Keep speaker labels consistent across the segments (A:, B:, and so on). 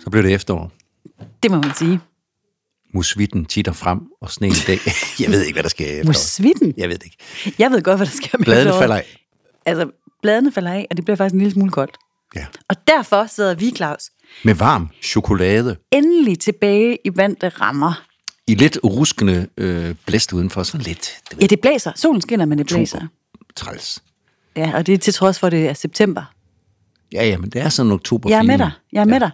A: Så blev det efterår.
B: Det må man sige.
A: Musvitten titter frem og sneen dag. Jeg ved ikke, hvad der sker i efteråret.
B: Musvitten?
A: Jeg ved det ikke.
B: Jeg ved godt, hvad der sker med
A: Bladene
B: efteråret.
A: falder af.
B: Altså, bladene falder af, og det bliver faktisk en lille smule koldt.
A: Ja.
B: Og derfor sidder vi, Claus,
A: Med varm chokolade
B: endelig tilbage i vante rammer.
A: i lidt ruskende øh, blæst udenfor. Sådan lidt, du ved,
B: Ja, det blæser. Solen skinner, men det blæser.
A: træls.
B: Ja, og det er til trods for, at det er september.
A: Ja, ja, men det er sådan oktober.
B: Jeg er med dig. Jeg er med dig.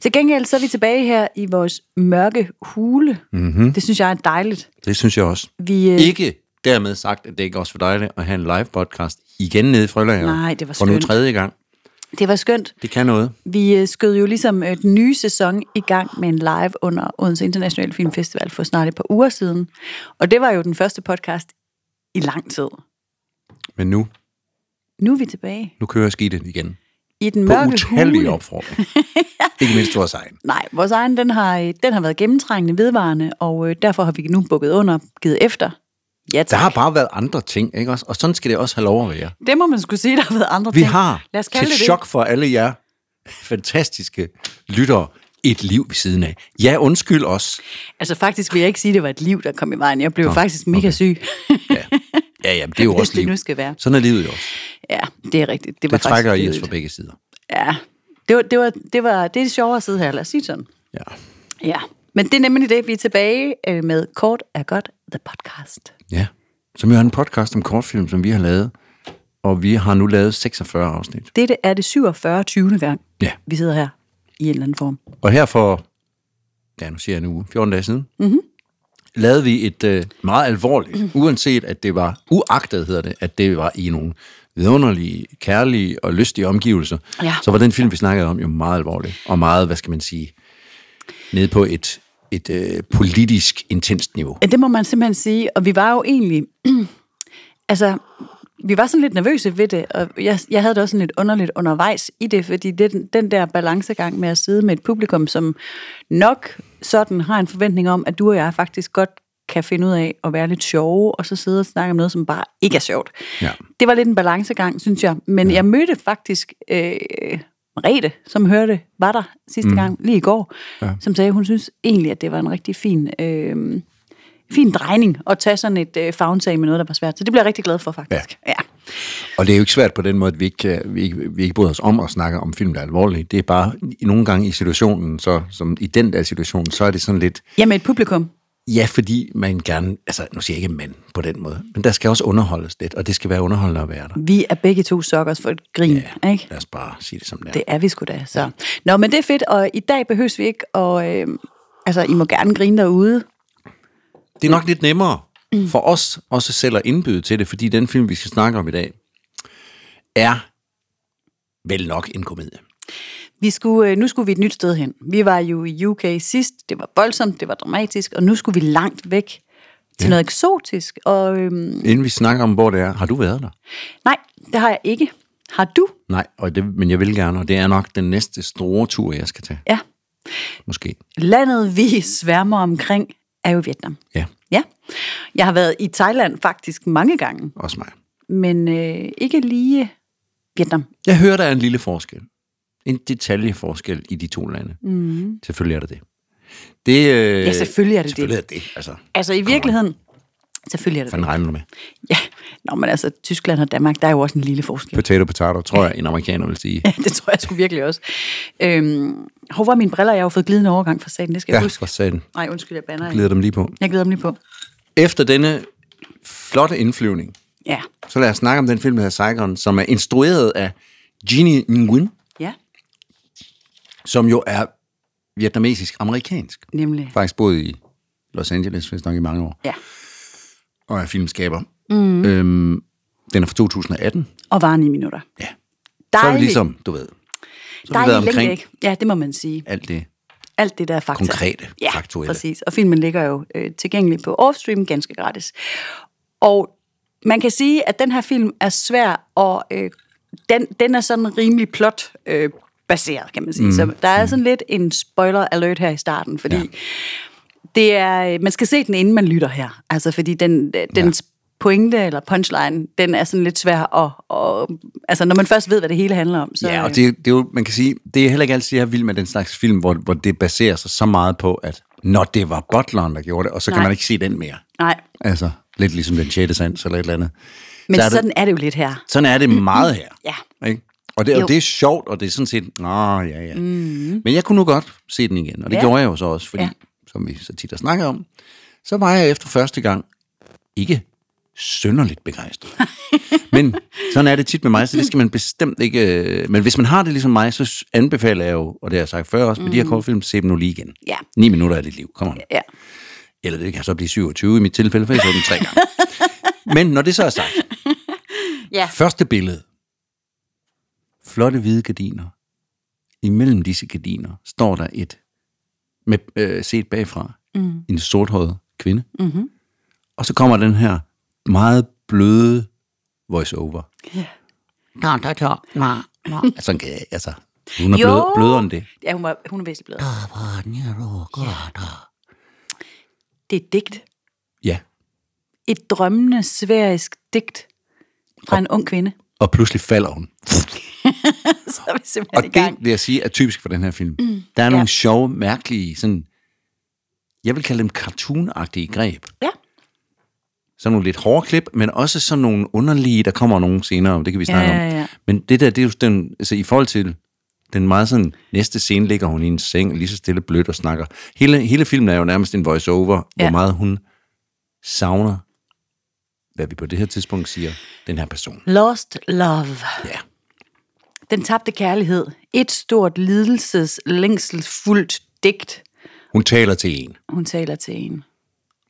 B: Til gengæld så er vi tilbage her i vores mørke hule.
A: Mhm.
B: Mm-hmm. Det synes jeg er dejligt.
A: Det synes jeg også.
B: Vi, øh,
A: Ikke dermed sagt, at det ikke også var dejligt at have en live podcast igen nede i Frøløjer.
B: Nej, det var
A: For nu
B: skønt.
A: tredje gang.
B: det var skønt.
A: Det kan noget.
B: Vi øh, skød jo ligesom øh, den nye sæson i gang med en live under Odense Internationale Filmfestival for snart et par uger siden. Og det var jo den første podcast i lang tid.
A: Men nu,
B: Nu er vi tilbage
A: nu kører skidtet igen.
B: i den
A: På
B: mørke
A: utallige
B: hule.
A: opfordringer. ikke mindst vores egen.
B: Nej, vores egen, den har, øh, den har været gennemtrængende vedvarende, og øh, derfor har vi nu bukket under, givet efter. Ja,
A: Der
B: tak.
A: har bare været andre ting, ikke også? Og sådan skal det også have lov at være.
B: Det må man skulle sige, der har været andre
A: Vi
B: ting.
A: har
B: Lad os kalde
A: til
B: det det.
A: chok for alle jer fantastiske lyttere et liv ved siden af. Ja, undskyld os.
B: Altså faktisk vil jeg ikke sige, at det var et liv, der kom i vejen. Jeg blev Nå, faktisk mega okay. syg.
A: Ja, ja jamen, det er jo
B: Hvis
A: også
B: det
A: liv.
B: nu skal være.
A: Sådan er livet jo også.
B: ja, det er rigtigt. Det, var
A: Det trækker
B: faktisk
A: i os
B: kedeligt.
A: fra begge sider.
B: Ja, det var, det, var, det, var, det er sjovere at sidde her, lad os sige det sådan.
A: Ja,
B: Ja, men det er nemlig det, vi er tilbage øh, med Kort er godt, the podcast.
A: ja. Som jo er en podcast om kortfilm, som vi har lavet. Og vi har nu lavet 46 afsnit.
B: Dette er det 47. 20. gang,
A: Ja,
B: vi sidder her i en eller anden form.
A: og her for, ja nu siger jeg en uge, 14 dage siden, mm-hmm. lavede vi et øh, meget alvorligt, mm. uanset at det var, uagtet hedder det, at det var i nogle vidunderlige, kærlige og lystige omgivelser,
B: Ja.
A: så var den film, vi snakkede om, jo meget alvorlig, og meget, hvad skal man sige, nede på et, et øh, politisk intenst niveau.
B: Ja, det må man simpelthen sige, og vi var jo egentlig... altså, vi var sådan lidt nervøse ved det, og jeg, jeg havde det også sådan lidt underligt undervejs i det, fordi det, den- den der balancegang med at sidde med et publikum, som nok sådan har en forventning om, at du og jeg faktisk godt kan finde ud af at være lidt sjove, og så sidde og snakke om noget, som bare ikke er sjovt.
A: Ja.
B: Det var lidt en balancegang, synes jeg. Men ja. jeg mødte faktisk øh, Marete, som hørte, var der sidste mm. gang, lige i går, ja. som sagde, hun synes egentlig, at det var en rigtig fin... Øh, fin drejning at tage sådan et øh, fagntag med noget, der var svært. Så det bliver jeg rigtig glad for, faktisk. Ja. ja.
A: Og det er jo ikke svært på den måde, at vi ikke, kan- vi ikke, vi ikke bryder os om at snakke om film, der er alvorlige. Det er bare i- nogle gange i situationen, så, som i den der situation, så er det sådan lidt,
B: ja, med et publikum.
A: ja, fordi man gerne, altså nu siger jeg ikke mand på den måde, men der skal også underholdes lidt, og det skal være underholdende at være der.
B: Vi er begge to sokkers for et grin, ja. ikke?
A: Lad os bare sige det som det er.
B: Det er vi sgu da. Så. Nå, men det er fedt, og i dag behøves vi ikke, og øh, altså, I må gerne grine derude.
A: Det er nok lidt nemmere for os også selv at indbyde til det, fordi den film, vi skal snakke om i dag, er vel nok en komedie.
B: Vi skulle, øh, nu skulle vi et nyt sted hen. Vi var jo i UK sidst, det var voldsomt, det var dramatisk, og nu skulle vi langt væk til ja. noget eksotisk. Og øhm,
A: Inden vi snakker om, hvor det er, har du været der?
B: nej, det har jeg ikke. Har du?
A: Nej, og det, men jeg vil gerne, og det er nok den næste store tur, jeg skal tage,
B: Ja.
A: måske.
B: Landet, vi sværmer omkring, er jo Vietnam.
A: Ja.
B: Ja. Jeg har været i Thailand faktisk mange gange,
A: Også mig.
B: men øh, ikke lige Vietnam.
A: Jeg hører, der er en lille forskel. En detaljeforskel i de to lande. Mm. Selvfølgelig er der det. det øh,
B: Ja, selvfølgelig er det
A: selvfølgelig det. er det. Altså,
B: Altså i virkeligheden, selvfølgelig er det det.
A: fanden regner du med?
B: Ja. Nå, men altså Tyskland og Danmark, der er jo også en lille forskel.
A: Potato, potato, tror jeg, en amerikaner vil sige.
B: Ja, det tror jeg sgu virkelig også. Øhm, hvor var mine briller? Jeg har jo fået glidende overgang fra staten, det skal jeg
A: Ja,
B: huske.
A: for satan.
B: Nej, undskyld, jeg banner. ikke.
A: Glider dem lige på.
B: Jeg glider dem lige på.
A: Efter denne flotte indflyvning,
B: Ja.
A: så lad os snakke om den film, der hedder Saigon, som er instrueret af Jeannie Nguyen,
B: Ja,
A: som jo er vietnamesisk-amerikansk.
B: nemlig.
A: Faktisk boet i Los Angeles, hvis nok i mange år,
B: Ja.
A: og er filmskaber. Mm. Øhm, den er fra 2018.
B: Og var 9 minutter.
A: Ja.
B: Dejlig,
A: Så er det ligesom, du ved. Så har vi været
B: dejlig
A: omkring
B: længe ikke? Ja, det må man sige.
A: alt det
B: Alt det der er fakta.
A: konkrete,
B: Altså, Ja,
A: faktuelle.
B: præcis. Og filmen ligger jo øh, tilgængelig på Offstream ganske gratis. Og man kan sige, at den her film er svær, og øh, den, den er sådan rimelig plot øh, baseret, kan man sige. Mm. Så der er sådan lidt en spoiler alert her i starten, fordi ja. det er, øh, man skal se den, inden man lytter her. Altså, fordi den, øh, den ja. pointe eller punchline, den er sådan lidt svær at... Og, altså, når man først ved, hvad det hele handler om, så... øh,
A: Ja, og det, det er jo, man kan sige, det er heller ikke altid, jeg er vild med den slags film, hvor, hvor det baserer sig så meget på, at når det var Butleren, der gjorde det, og så kan
B: Nej.
A: man ikke se den mere.
B: Nej,
A: Altså, lidt ligesom den 6. sans eller et eller andet.
B: men
A: Så er
B: så
A: det-
B: sådan det... er det jo lidt her.
A: Sådan er det meget her.
B: Mm-hmm. Ja.
A: Ikke? Og det,
B: Jo. Mm-hmm.
A: og det er sjovt, og det er sådan set, nå, ja, ja. Mm. Men jeg kunne nu godt se den igen, og det
B: Ja.
A: ja. gjorde jeg jo så også, fordi,
B: Ja.
A: ja. som vi så tit har snakket om, så var jeg efter første gang ikke synderligt begejstret. Men sådan er det tit med mig, så det skal man bestemt ikke... øh, Men hvis man har det ligesom mig, så s- anbefaler jeg jo, og det har jeg sagt før også, med de her kortfilm, se dem nu lige igen.
B: Mm. Ja.
A: Ni minutter af dit liv, kom on.
B: Ja.
A: Eller det kan så blive 27 i mit tilfælde, for jeg så den tre gange. Men når det så er sagt,
B: Ja.
A: Første billede. Flotte hvide gardiner. Imellem disse gardiner står der et, med, øh, set bagfra, mm. en sorthåret kvinde. Mm-hmm. Og så kommer den her meget bløde voice-over.
B: Ja.
A: Nå, der er Nå, nå. Sådan kan jeg, altså. Hun er
B: Jo.
A: blød, blødere end det.
B: Ja, hun, var, hun er vist blevet. Det er et digt.
A: Ja,
B: Et drømmende sverisk digt fra en ung kvinde.
A: og pludselig falder hun.
B: Så er vi simpelthen
A: Og
B: i gang.
A: det, vil jeg sige, er typisk for den her film. Mm. Der er nogle
B: ja.
A: sjove, mærkelige, sådan, jeg vil kalde dem cartoonagtige greb.
B: Ja.
A: sådan nogle lidt hårde klip, men også sådan nogle underlige, der kommer nogle senere, det kan vi snakke
B: ja,
A: om.
B: ja.
A: Men det der, det er jo den, altså i forhold til den meget sådan, næste scene ligger hun i en seng, lige så stille blødt og snakker. Hele, hele filmen er jo nærmest en voice-over, ja.
B: Ja.
A: hvor meget hun savner, hvad vi på det her tidspunkt siger, den her person.
B: Lost love.
A: Ja.
B: Den tabte kærlighed. Et stort lidelses længselsfuldt digt,
A: Hun taler til en.
B: hun taler til en.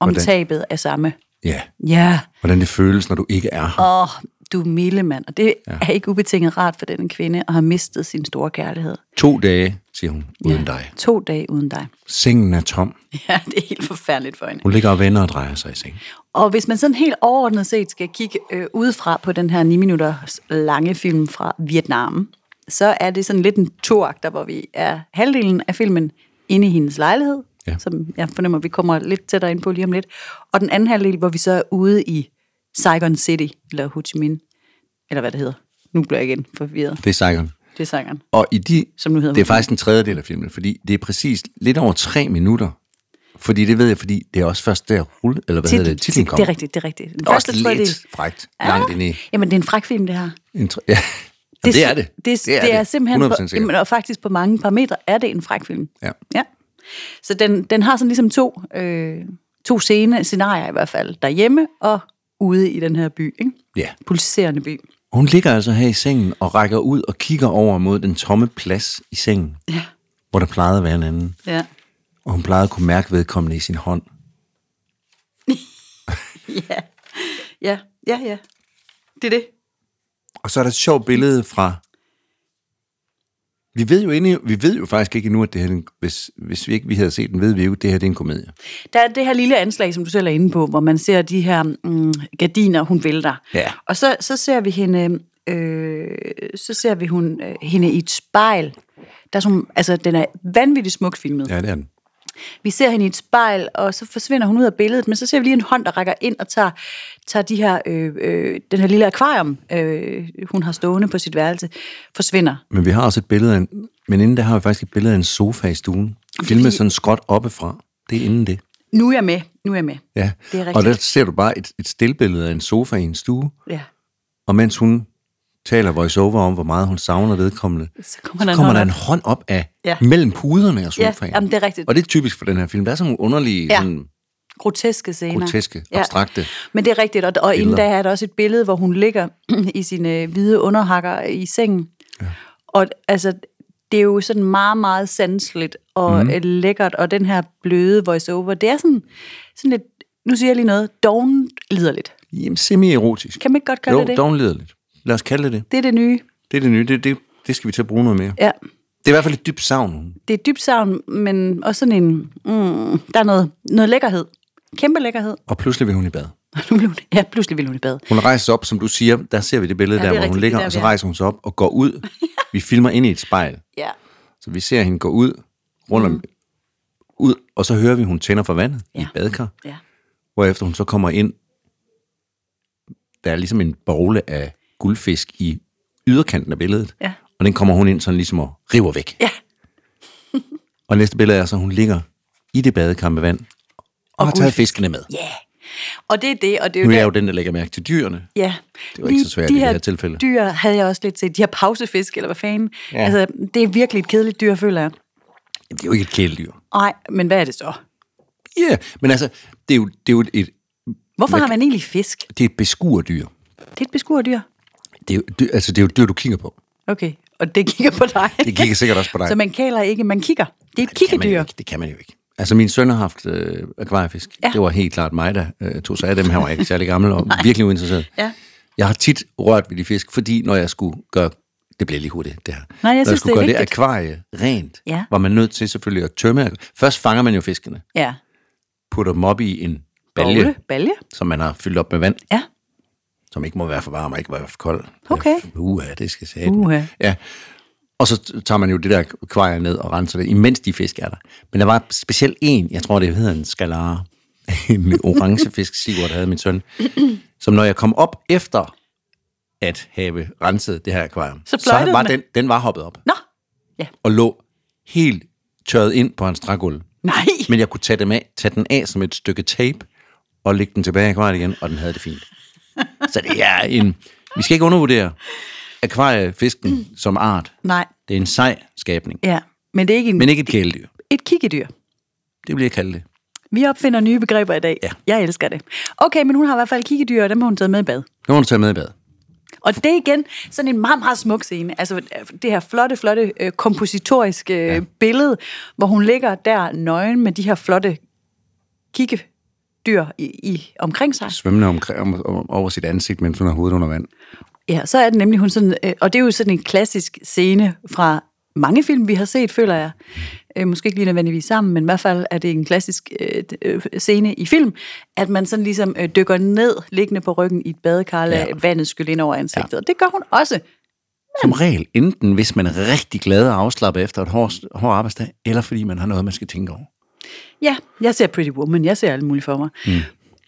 B: Om
A: Hvordan?
B: tabet af samme.
A: Ja.
B: Ja,
A: Hvordan det føles, når du ikke er her.
B: åh, du er milde mand. Og det ja. er ikke ubetinget rart for denne kvinde at have mistet sin store kærlighed.
A: To dage, siger hun, uden dig.
B: To dage uden dig.
A: Sengen er tom.
B: Ja, det er helt forfærdeligt for hende.
A: Hun ligger og vender og drejer sig i sengen.
B: Og hvis man sådan helt overordnet set skal kigge øh, udefra på den her 9 minutter lange film fra Vietnam, så er det sådan lidt en toagter, hvor vi er halvdelen af filmen inde i hendes lejlighed, ja.
A: Ja.
B: som jeg fornemmer, vi kommer lidt tættere ind på lige om lidt, og den anden halvdel, hvor vi så er ude i Saigon City, eller Ho Chi Minh, eller hvad det hedder. Nu bliver jeg igen forvirret.
A: Det er Saigon.
B: Det er Saigon.
A: Og i de,
B: Som nu hedder
A: det er
B: Hotel.
A: faktisk en tredjedel af filmen, fordi det er præcis lidt over tre minutter. Fordi det ved jeg, fordi det er også først der rulle, eller hvad hedder det, titlen
B: det
A: kommer.
B: er rigtigt, det er rigtigt. Den
A: Det er også
B: første tredjedel-
A: lidt frækt, langt ind i.
B: Jamen, det er en fræk film, det her.
A: En tr- ja. Det, det er det.
B: Det, det, det er simpelthen...
A: 100%
B: På, jamen,
A: sikkert.
B: og faktisk på mange parametre er det en fræk film.
A: Ja.
B: ja. Så den, den har sådan ligesom to, øh, to scene, scenarier i hvert fald. Derhjemme og ude i den her by. Ikke?
A: ja.
B: Pulserende by.
A: Hun ligger altså her i sengen og rækker ud og kigger over mod den tomme plads i sengen,
B: Ja.
A: hvor der plejede at være en anden.
B: Ja.
A: Og hun plejede at kunne mærke vedkommende i sin hånd.
B: Ja. Ja, ja, ja. Det er det.
A: Og så er der et sjovt billede fra... Vi ved jo, inde, vi ved jo faktisk ikke endnu, at det her, er en- hvis, hvis vi ikke vi havde set den, ved vi jo, at det her det er en komedie.
B: Der er det her lille anslag, som du selv er inde på, hvor man ser de her mm, gardiner, hun vælter.
A: Ja.
B: Og så, så ser vi hende, øh, så ser vi hun, øh, hende i et spejl. Der er som, altså, den er vanvittigt smukt filmet.
A: Ja, det er den.
B: Vi ser hende i et spejl, og så forsvinder hun ud af billedet, men så ser vi lige en hånd, der rækker ind og tager, tager de her, øh, øh, den her lille akvarium, øh, hun har stående på sit værelse, forsvinder.
A: Men vi har også et billede af en, men inden der har vi faktisk et billede af en sofa i stuen. Filmet sådan skråt oppefra. Det er inden det.
B: Nu er jeg med, nu er jeg med.
A: Ja.
B: Det er rigtigt.
A: og der ser du bare et, et stillbillede af en sofa i en stue,
B: Ja.
A: og mens hun taler voiceover om, hvor meget hun savner vedkommende,
B: Så kommer der en
A: kommer
B: hånd
A: der
B: op.
A: en hånd op af
B: Ja.
A: ja. mellem puderne og
B: Ja,
A: sofaen.
B: jamen, det er rigtigt.
A: Og det er typisk for den her film. Der er sådan nogle underlige,
B: Ja.
A: ja. sådan
B: Groteske scener.
A: groteske, ja. abstrakte.
B: Men det er rigtigt, og, og inden da er der også et billede, hvor hun ligger i sine hvide underhakker i sengen. Ja. Og altså, det er jo sådan meget, meget sanseligt og
A: Mhm.
B: mm. lækkert, og den her bløde voiceover, det er sådan, sådan lidt, nu siger jeg lige noget, doven liderligt.
A: Jamen, semi-erotisk.
B: Kan man ikke godt kalde
A: jo,
B: det det?
A: dognlederligt. Lad os kalde det det.
B: Det er det nye.
A: Det er det nye. Det, det, det skal vi til at bruge noget mere.
B: Ja,
A: Det er i hvert fald et dybt savn.
B: det er dybt savn, men også sådan en, mm, der er noget, noget lækkerhed. Kæmpe lækkerhed.
A: Og pludselig vil hun i bad.
B: Og nu blev hun, ja, pludselig ville hun i bad.
A: Hun rejser sig op, som du siger. Der ser vi det billede
B: Ja,
A: ja,
B: det
A: der,
B: er
A: hvor hun
B: rigtigt,
A: ligger,
B: det er
A: og så
B: der, vi er.
A: rejser hun sig op og går ud. Vi filmer ind i et spejl,
B: Ja.
A: så vi ser hende gå ud, rundt om, mm. ud, og så hører vi, hun tænder for vandet ja. i
B: Ja.
A: et badkar,
B: ja.
A: hvorefter hun så kommer ind der er ligesom en bogle af guldfisk i yderkanten af billedet.
B: Ja.
A: Og den kommer hun ind sådan ligesom og river væk.
B: Ja.
A: Og næste billede er så, hun ligger i det badekar med vand og, og har taget fiskene med.
B: Ja. Og det er det, og det er jo
A: Nu er
B: der-
A: jeg jo den, der lægger mærke til dyrene.
B: Ja.
A: Det var ikke så svært i det her tilfælde.
B: dyr havde jeg også lidt set. De her pausefisk, eller hvad fanden.
A: Ja.
B: Ja. Altså, det er virkelig et kedeligt dyr, føler jeg.
A: Jamen, det er jo ikke et kæledyr.
B: Nej, men hvad er det så?
A: Ja, yeah. men altså, det er jo, det er jo et,
B: Hvorfor har man egentlig fisk?
A: det er et beskuerdyr.
B: Det er et beskuerdyr.
A: Det er, jo, det, altså, det er jo et dyr, du kigger på.
B: Okay, og det kigger på dig.
A: Det kigger sikkert også på dig.
B: Så man kæler ikke, man kigger. Det er et
A: kan man jo
B: kiggedyr.
A: ikke. Det kan man jo ikke. Altså, min søn har haft øh, akvariefisk. Ja.
B: Ja.
A: Det var helt klart mig, der øh, tog sig af dem. Han var ikke særlig gammel og virkelig uinteresseret.
B: Ja.
A: Jeg har tit rørt ved de fisk, fordi når jeg skulle gøre... Det bliver lige hurtigt, det her.
B: Nej, jeg
A: når jeg
B: synes,
A: skulle
B: det er
A: gøre det
B: vigtigt.
A: akvarie rent,
B: Ja.
A: var man nødt til selvfølgelig at tømme. Først fanger man jo fiskene,
B: Ja.
A: putter dem op i en balje,
B: Bolle. Balje?
A: som man har fyldt op med vand,
B: Ja.
A: som ikke må være for varm og ikke må være for kold.
B: Okay.
A: Uha, det skal sætte.
B: Uha.
A: Ja. Og så tager man jo det der akvarier ned og renser det, imens de fisk er der. Men der var specielt en, jeg tror det hedder en skalare, en orange fisk, Sigurd havde min søn, som når jeg kom op efter at have renset det her akvarium,
B: Så fløjtede
A: var
B: den.
A: den, den var hoppet op
B: Nå,
A: og lå helt tørret ind på hans trægulv.
B: nej.
A: Men jeg kunne tage, dem af, tage den af som et stykke tape, og lægge den tilbage i akvariet igen, og den havde det fint. Så det er en... Vi skal ikke undervurdere akvariefisken mm. som art.
B: Nej,
A: Det er en sej skabning.
B: ja. Men det er ikke en,
A: Men ikke et kæledyr.
B: et kiggedyr.
A: Det vil jeg kalde det.
B: Vi opfinder nye begreber i dag.
A: Ja.
B: Jeg elsker det. Okay, men hun har i hvert fald kiggedyr, og dem har hun taget med i bad.
A: Nu må du tage med i bad.
B: Og det er igen sådan en meget, meget smuk scene. Altså det her flotte, flotte øh, kompositoriske ja. billede, hvor hun ligger der nøgen med de her flotte kiggedyr i, i, omkring sig.
A: Svømmende om, om, om, over sit ansigt, mens hun har hovedet under vand.
B: Ja, så er det nemlig hun sådan, øh, og det er jo sådan en klassisk scene fra mange film, vi har set, føler jeg. Øh, måske ikke lige nødvendigvis sammen, men i hvert fald er det en klassisk øh, d- øh, scene i film, at man sådan ligesom øh, dykker ned, liggende på ryggen i et badekar, ja.
A: Ja.
B: vandet skylle ind over ansigtet. Ja. Og det gør hun også.
A: Som regel, enten hvis man er rigtig glad og afslappet efter et hård, hård arbejdsdag, eller fordi man har noget, man skal tænke over.
B: Ja, jeg ser Pretty Woman, jeg ser alt muligt for mig. Mm.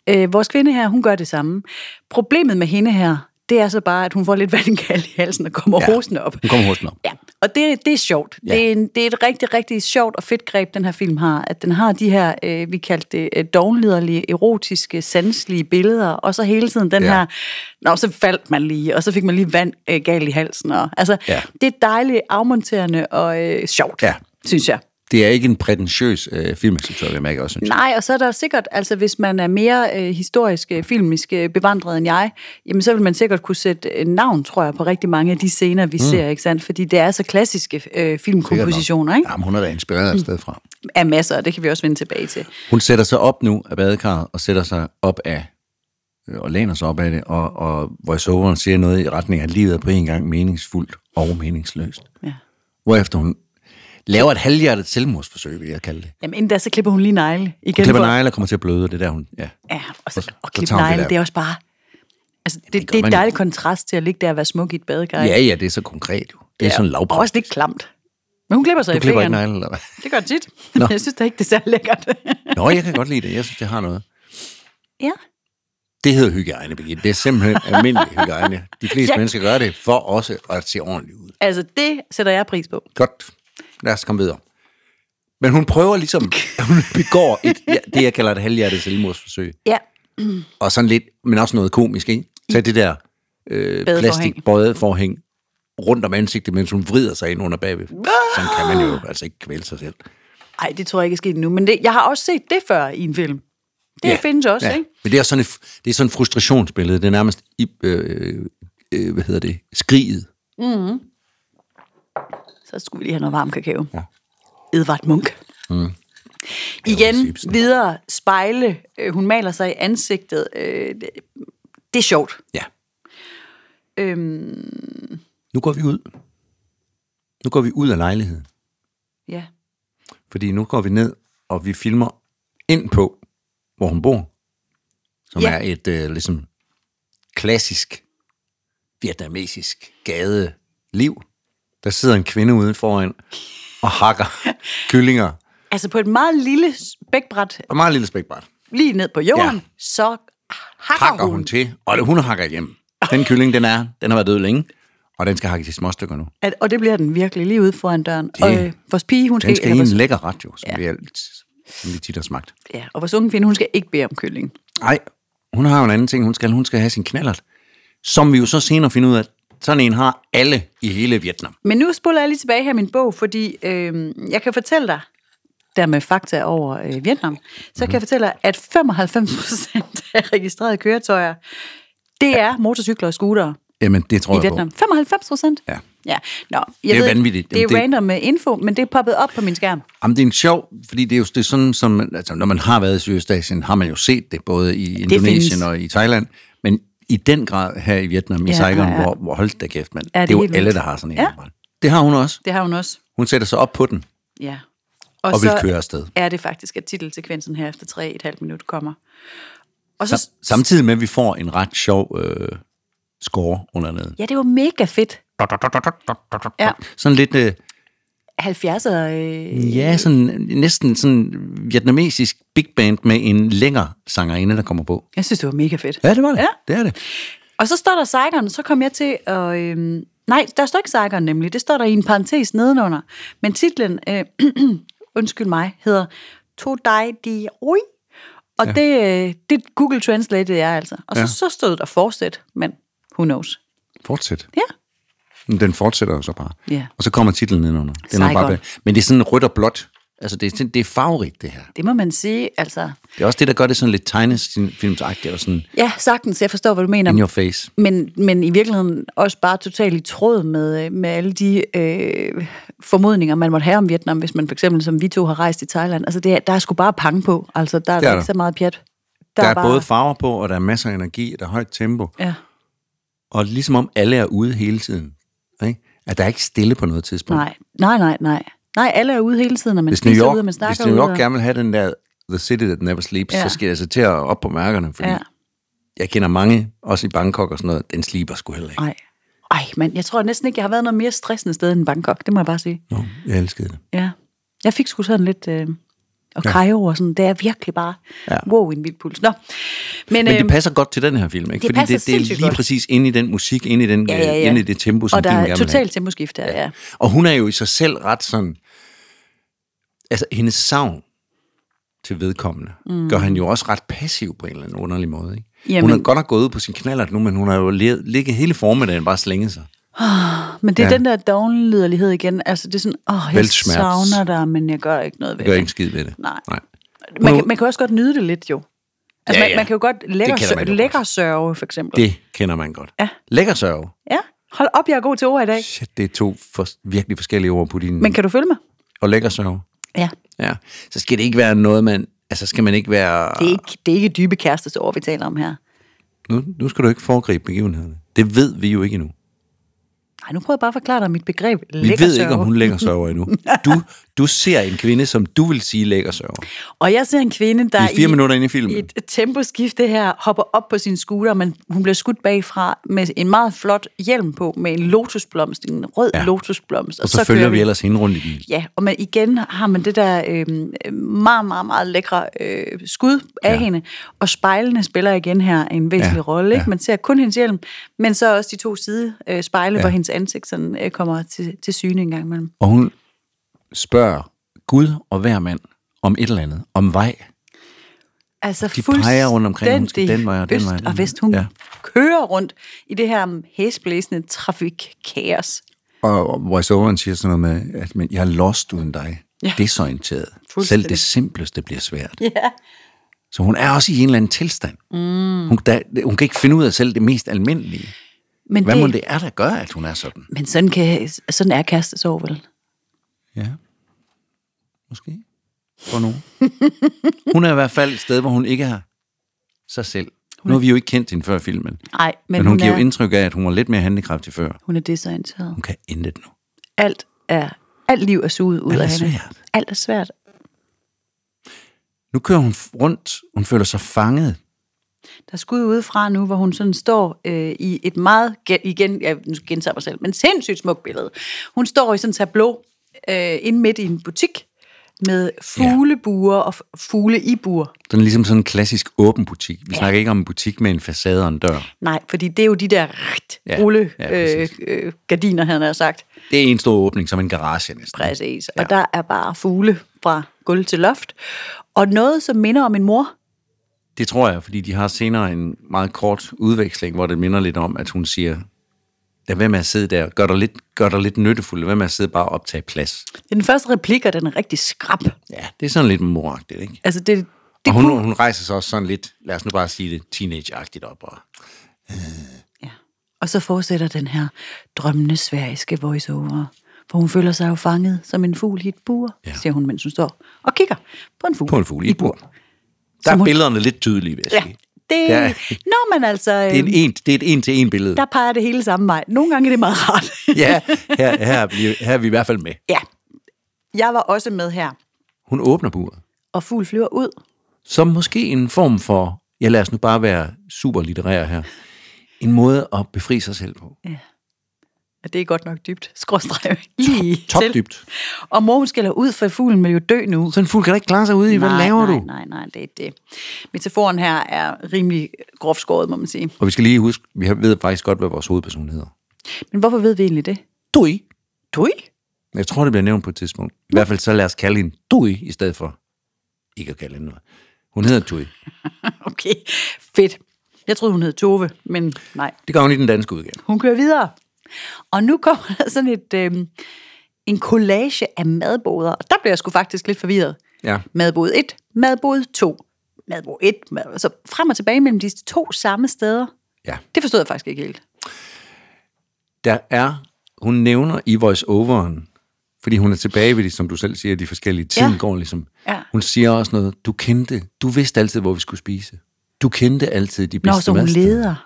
B: Øh, vores kvinde her, hun gør det samme. Problemet med hende her, det er så bare, at hun får lidt vandkald i halsen og kommer ja. hosende op.
A: Hun kommer hosten op.
B: Ja, og det, det er sjovt.
A: Ja.
B: Ja. Det, er en, det er et rigtig, rigtig sjovt og fedt greb, den her film har. At den har de her, øh, vi kaldte det, øh, dognliderlige, erotiske, sanselige billeder, og så hele tiden den
A: Ja.
B: ja. her, nå, så faldt man lige, og så fik man lige vand øh, galt i halsen. Og, altså,
A: Ja.
B: ja. det er dejligt, afmonterende og øh, sjovt,
A: Ja.
B: ja. synes jeg.
A: Det er ikke en prætentiøs øh, film, som Sylvia Mac også synes.
B: Nej, og så er der sikkert, altså hvis man er mere øh, historisk, øh, filmisk øh, bevandret end jeg, jamen så vil man sikkert kunne sætte øh, navn, tror jeg, på rigtig mange af de scener, vi mm. ser, ikke sandt? Fordi det er så klassiske øh, filmkompositioner, ikke?
A: Jamen, hun er da inspireret af sted fra.
B: Af masser, og det kan vi også vende tilbage til.
A: Hun sætter sig op nu af badekarret, og sætter sig op af, øh, og læner sig op af det, og, og voiceoveren siger noget i retning af, at livet er på en gang meningsfuldt og meningsløst.
B: Ja.
A: Hvorefter hun laver et halvhjertet selvmordsforsøg, vil jeg kalde det.
B: Jamen inden da, så klipper hun lige negle igen.
A: Hun klipper
B: for-
A: negle og kommer til at bløde, og det er der hun... Ja.
B: Ja, og, så, og
A: tager
B: klippe
A: hun det
B: negle,
A: der.
B: det, er også bare... Altså, det, det,
A: gør
B: det er
A: man
B: et
A: jo.
B: dejligt kontrast til at ligge der og være smuk i et badekar. ikke?
A: ja, ja, det er så konkret jo. Det er ja. sådan
B: Og
A: lavpræst.
B: også lidt klamt. Men hun klipper sig
A: Du
B: i
A: klipper
B: fingeren.
A: ikke negle, eller hvad?
B: Det gør det tit.
A: Nå.
B: Jeg synes da ikke, det er særlig lækkert.
A: Nå, jeg kan godt lide det. Jeg synes, det har noget.
B: ja.
A: Det hedder hygiejne, Birgitte. Det er simpelthen almindelig hygiejne. De fleste ja.
B: Ja.
A: mennesker gør det for også at se ordentligt ud.
B: Altså, det sætter jeg pris på.
A: Godt. Lad os komme videre. Men hun prøver ligesom, hun begår et, ja, det, jeg kalder et halvhjertet selvmordsforsøg.
B: Ja,
A: Og sådan lidt, men også noget komisk, ikke? Tag det der øh,
B: Badeforhæng.
A: plastikbøjeforhæng rundt om ansigtet, mens hun vrider sig ind under bagved. Sådan kan man jo altså ikke kvæle sig selv.
B: Ej, det tror jeg ikke er sket endnu, men det, jeg har også set det før i en film. Det
A: Ja,
B: findes også, ikke?
A: Men det er sådan et, det er sådan et frustrationsbillede. Det er nærmest, i, øh, øh, hvad hedder det, skriget.
B: Så skulle vi lige have noget varm kakao. Ja. Edvard Munk. Mm. Igen,
A: Ibsen.
B: videre, spejle. Øh, hun maler sig i ansigtet. Øh, det, det er sjovt.
A: Ja.
B: Øhm,
A: Nu går vi ud. Nu går vi ud af lejligheden.
B: ja.
A: Fordi nu går vi ned, og vi filmer ind på, hvor hun bor, som ja.
B: Ja.
A: er et øh, ligesom klassisk vietnamesisk gadeliv. Der sidder en kvinde uden foran og hakker kyllinger.
B: Altså på et meget lille s- bækbræt,
A: Og meget lille spækbart.
B: lige ned på jorden,
A: Ja.
B: så hakker,
A: hakker hun til, og hun hakker igennem. Den kylling, den er, den har været død længe, og den skal hakkes i små stykker nu.
B: At, og det bliver den virkelig lige ude foran døren. Det, og øh, vores pige, hun skal,
A: Den skal i
B: eller
A: en
B: vores,
A: lækker ret, jo, som, ja. vi, alt, som vi tit har smagt.
B: ja, og vores unge kvinde, hun skal ikke bede om kylling.
A: Nej, hun har jo en anden ting, hun skal. Hun skal have sin knallert, som vi jo så senere finder ud af, sådan en har alle i hele Vietnam.
B: Men nu spoler jeg lige tilbage her i min bog, fordi øh, jeg kan fortælle dig, der med fakta over øh, Vietnam, så kan
A: Mhm.
B: jeg fortælle dig, at 95 procent af registrerede køretøjer, det er motorcykler og scootere
A: Jamen, det tror
B: i
A: jeg
B: Vietnam.
A: på.
B: 95 procent?
A: Ja.
B: ja. Nå, jeg
A: er
B: ved, ikke,
A: vanvittigt.
B: Det er
A: Jamen, det-
B: random øh, info, men det er poppet op på min skærm.
A: Jamen, det er en sjov, fordi det er jo det er sådan, som, altså, når man har været i Sydøstasien, har man jo set det, både i Indonesien
B: findes.
A: og i Thailand, men i den grad her i Vietnam, i
B: Ja,
A: Saigon,
B: ja, ja.
A: Hvor, hvor hold da kæft, mand.
B: Ja,
A: Ja, det,
B: det er
A: det er
B: helt
A: jo alle,
B: vildt.
A: der har sådan en.
B: Ja.
A: Ja. Det har hun også.
B: Det har hun også.
A: Hun sætter sig op på den
B: Ja.
A: og vil køre afsted.
B: er det faktisk, at titelsekvensen her efter tre et halvt minut kommer. Og så,
A: Sam, samtidig med, at vi får en ret sjov øh, score undernede.
B: ja, det var mega fedt. Ja,
A: Sådan lidt... Øh,
B: 70'er. Øh,
A: Ja, sådan, næsten sådan vietnamesisk big band med en længere sangerinde, der kommer på.
B: jeg synes, det var mega fedt.
A: Ja, det var det.
B: Ja.
A: Ja. Det er det.
B: Og så står der Saigon, så kom jeg til at... Øh, nej, der står ikke Saigon nemlig. Det står der i en parentes nedenunder. Men titlen, øh, undskyld mig, hedder To Dai Di Rui. Og ja. det, øh, det Google Translate er altså. Og så, ja.
A: Ja.
B: så stod der fortsæt, men who knows.
A: Fortsæt.
B: Ja.
A: Men Den fortsætter jo så bare.
B: Ja.
A: Og så kommer titlen nedenunder. Den er
B: Saigon.
A: bare, men det er sådan rødt og blåt. Altså, det er, sådan- det er farverigt, det her.
B: Det må man sige, altså...
A: Det er også det, der gør det sådan lidt tegnefilmsagtigt, eller sådan
B: Ja, sagtens, jeg forstår, hvad du mener.
A: in your face.
B: Men, men i virkeligheden også bare totalt i tråd med, øh, med alle de øh, formodninger, man måtte have om Vietnam, hvis man for eksempel, som vi to har rejst i Thailand. Altså, det er, der er sgu bare pang på. Altså, der er,
A: Det er
B: ikke
A: der.
B: så meget pjat.
A: Der, der er,
B: bare,
A: både farver på, og der er masser af energi, og der er højt tempo.
B: Ja,
A: Og ligesom om alle er ude hele tiden. Ikke? At der er ikke stille på noget tidspunkt.
B: nej, nej, nej, nej. Nej, alle er ude hele tiden, og man
A: Hvis New
B: spiser
A: York,
B: ude, og man
A: hvis
B: snakker
A: New
B: ude.
A: York
B: og-
A: gerne vil have den der The City That Never Sleeps,
B: Ja.
A: ja. så skal jeg altså til at op på mærkerne, fordi
B: Ja.
A: ja. jeg kender mange, også i Bangkok og sådan noget, den sliber sgu heller ikke.
B: Ej. Ej, mand, jeg tror næsten ikke, jeg har været noget mere stressende sted end Bangkok. Det må jeg bare sige.
A: Nå, jeg elskede det.
B: Ja. Jeg fik sgu sådan lidt... Øh, og kreje over sådan, det er virkelig bare, ja.
A: Ja.
B: wow, en vild puls. Nå. Men,
A: Men det
B: øhm,
A: passer godt til den her film, ikke?
B: det
A: Fordi
B: passer
A: det, det er
B: sindssygt
A: lige
B: godt.
A: præcis inde i den musik, inde i, den,
B: Ja, ja, ja.
A: øh, Inde i det tempo, som
B: og der
A: filmen
B: er
A: gerne vil have.
B: totalt temposkift der, ja. ja.
A: Og hun er jo i sig selv ret sådan... Altså, hendes savn til vedkommende, mm. gør han jo også ret passiv på en eller anden underlig måde, ikke?
B: Jamen.
A: Jamen. Hun er godt nok gået ud på sin knallert nu, men hun har jo le- ligget hele formiddagen bare slænget sig.
B: Men det er ja.
A: Ja.
B: den der dogenliderlighed igen. Altså, det er sådan, åh, oh, jeg
A: Velsmerts.
B: savner dig, men jeg gør ikke noget ved
A: Det gør ikke en skid ved det.
B: Nej.
A: Nej.
B: Man,
A: Nu-
B: kan, man kan også godt nyde det lidt, jo. Altså,
A: Ja,
B: man,
A: ja.
B: man kan jo godt lækker,
A: Det kender man
B: sø-
A: jo
B: lækker sørge, for eksempel.
A: Det kender man godt.
B: Ja.
A: Lækker sørge.
B: Ja, hold op, jeg er god til ord i dag.
A: Shit, det er to for, virkelig forskellige ord på din...
B: Men kan du følge mig?
A: Og lækker sørge.
B: Ja.
A: Ja. Så skal det ikke være noget, man... Altså, skal man ikke være...
B: Det er ikke, det er ikke dybe kærestesår, vi taler om her.
A: Nu, nu skal du ikke foregribe begivenhederne. Det ved vi jo ikke endnu.
B: Nej, nu prøver jeg bare at forklare dig mit begreb.
A: Vi
B: Lækker
A: ved
B: sørge.
A: ikke, om hun lækker sørger endnu. Du, du ser en kvinde, som du vil sige lækker sørger.
B: Og jeg ser en kvinde, der
A: Vi er fire minutter inde i filmen.
B: i et temposkifte her hopper op på sin scooter, men hun bliver skudt bagfra med en meget flot hjelm på, med en lotusblomst, en rød ja. lotusblomst.
A: Og så, så følger vi ellers hende rundt i bilen.
B: Ja, og man, igen har man det der øh, meget, meget, meget lækre øh, skud af ja. hende. Og spejlene spiller igen her en væsentlig
A: Ja,
B: rolle. Ikke?
A: ja.
B: Man ser kun hendes hjelm, men så også de to side øh, spejle, ja. hvor hendes ansigt sådan, øh, kommer til, til syne en gang imellem.
A: Og hun spørger Gud og hver mand om et eller andet. Om vej.
B: Altså
A: De peger rundt omkring, hun skal
B: fuldstændig
A: den vej og den
B: øst
A: vej og den
B: og
A: vej.
B: vest, hun ja.
A: Ja.
B: kører rundt i det her hæsblæsende trafikkaos.
A: Og og voiceoveren siger sådan noget med, at men jeg er lost uden dig.
B: Ja.
A: Ja. Desorienteret. Selv
B: Fuldstændig.
A: det simpleste bliver svært.
B: Ja.
A: Så hun er også i en eller anden tilstand. Mm. Hun, der, hun kan ikke finde ud af selv det mest almindelige.
B: Men,
A: Hvad må
B: det,
A: det er, der gør, at hun er sådan?
B: men sådan, kan, sådan er kærestesår vel?
A: Ja. Måske. For nogen. hun er i hvert fald et sted, hvor hun ikke er sig selv. Nu har vi jo ikke kendt hende før filmen. Men,
B: Nej, men,
A: men hun, hun giver
B: er,
A: jo indtryk af, at hun var lidt mere handikraftig før.
B: hun er desorienteret.
A: Hun kan intet nu.
B: Alt er alt liv er suget ud
A: Alt er
B: af hende.
A: svært.
B: Alt er svært.
A: Nu kører hun f- rundt. Hun føler sig fanget.
B: Der er skud udefra nu, hvor hun sådan står øh, i et meget, gen- igen, jeg nu gentager mig selv, men sindssygt smukt billede. Hun står i sådan en tableau øh, inde midt i en butik, med fuglebuer og f- fugle i bur.
A: Den er ligesom sådan en klassisk åben butik. Vi ja. snakker ikke om en butik med en facade og en dør.
B: Nej, fordi det er jo de der rigt,
A: Ja,
B: rulle
A: ja,
B: øh,
A: præcis.
B: øh, gardiner, han har sagt.
A: Det er en stor åbning, som en garage næsten.
B: Præcis. Og der er bare fugle fra gulv til loft. Og noget, som minder om en mor.
A: Det tror jeg, fordi de har senere en meget kort udveksling, hvor det minder lidt om, at hun siger, lad være med at sidde der, gør dig lidt, gør dig lidt nyttefuld, lad være med at sidde bare og optage plads.
B: Det er Den første replik, og den er rigtig skrab.
A: Ja, det er sådan lidt moragtigt, ikke?
B: Altså, det,
A: Og
B: det
A: hun, hun rejser sig også sådan lidt, lad os nu bare sige det, teenage-agtigt op. Og,
B: Ja. Og så fortsætter den her drømmende sveriske voiceover, hvor hun føler sig jo fanget som en fugl i et bur, ja. siger hun, mens hun står og kigger på en fugl.
A: på en fugl i et bur. Der
B: Som
A: er
B: hun-
A: billederne lidt tydelige, vil jeg
B: Ja,
A: sige.
B: det,
A: Ja.
B: ja. når man altså,
A: Det er
B: øh,
A: et en, det er et en til en billede.
B: der peger det hele samme vej. Nogle gange er det meget rart.
A: Ja, her, her, er vi, her er vi i hvert fald med.
B: ja. Jeg var også med her,
A: Hun åbner buret.
B: og fugl flyver ud.
A: Som måske en form for, ja lad os nu bare være super litterær her, en måde at befri sig selv på.
B: Ja, det er godt nok dybt. Skråstreg lige
A: Top
B: til.
A: dybt.
B: Og mor, hun skælder ud, for fuglen vil jo dø nu.
A: Sådan en fugl kan da ikke klare sig ude i, hvad laver
B: nej,
A: du?
B: Nej, nej, det er det. Metaforen her er rimelig groft skåret, må man sige.
A: Og vi skal lige huske, vi ved faktisk godt, hvad vores hovedperson hedder.
B: Men hvorfor ved vi egentlig det?
A: Dui.
B: Dui?
A: Jeg tror, det bliver nævnt på et tidspunkt. I hvert fald så lad os kalde hende Dui, i stedet for ikke at kalde hende noget. Hun hedder Dui.
B: Okay, fedt. Jeg troede, hun hed Tove, men nej.
A: Det gør hun i den danske udgave.
B: Hun kører videre. Og nu kommer der sådan et, øh, en collage af madboder. Og der bliver jeg sgu faktisk lidt forvirret.
A: Ja.
B: Madbod 1, madbod 2, madbod 1. Mad... Altså frem og tilbage mellem de to samme steder.
A: Ja.
B: Det forstod jeg faktisk ikke helt.
A: Der er, hun nævner i voice-overen, fordi hun er tilbage ved det, som du selv siger, de forskellige tiden ja.
B: Ja.
A: går ligesom.
B: Ja.
A: Hun siger også noget, du kendte, du vidste altid, hvor vi skulle spise. Du kendte altid de bedste
B: Nå, så hun
A: madsteder."
B: leder.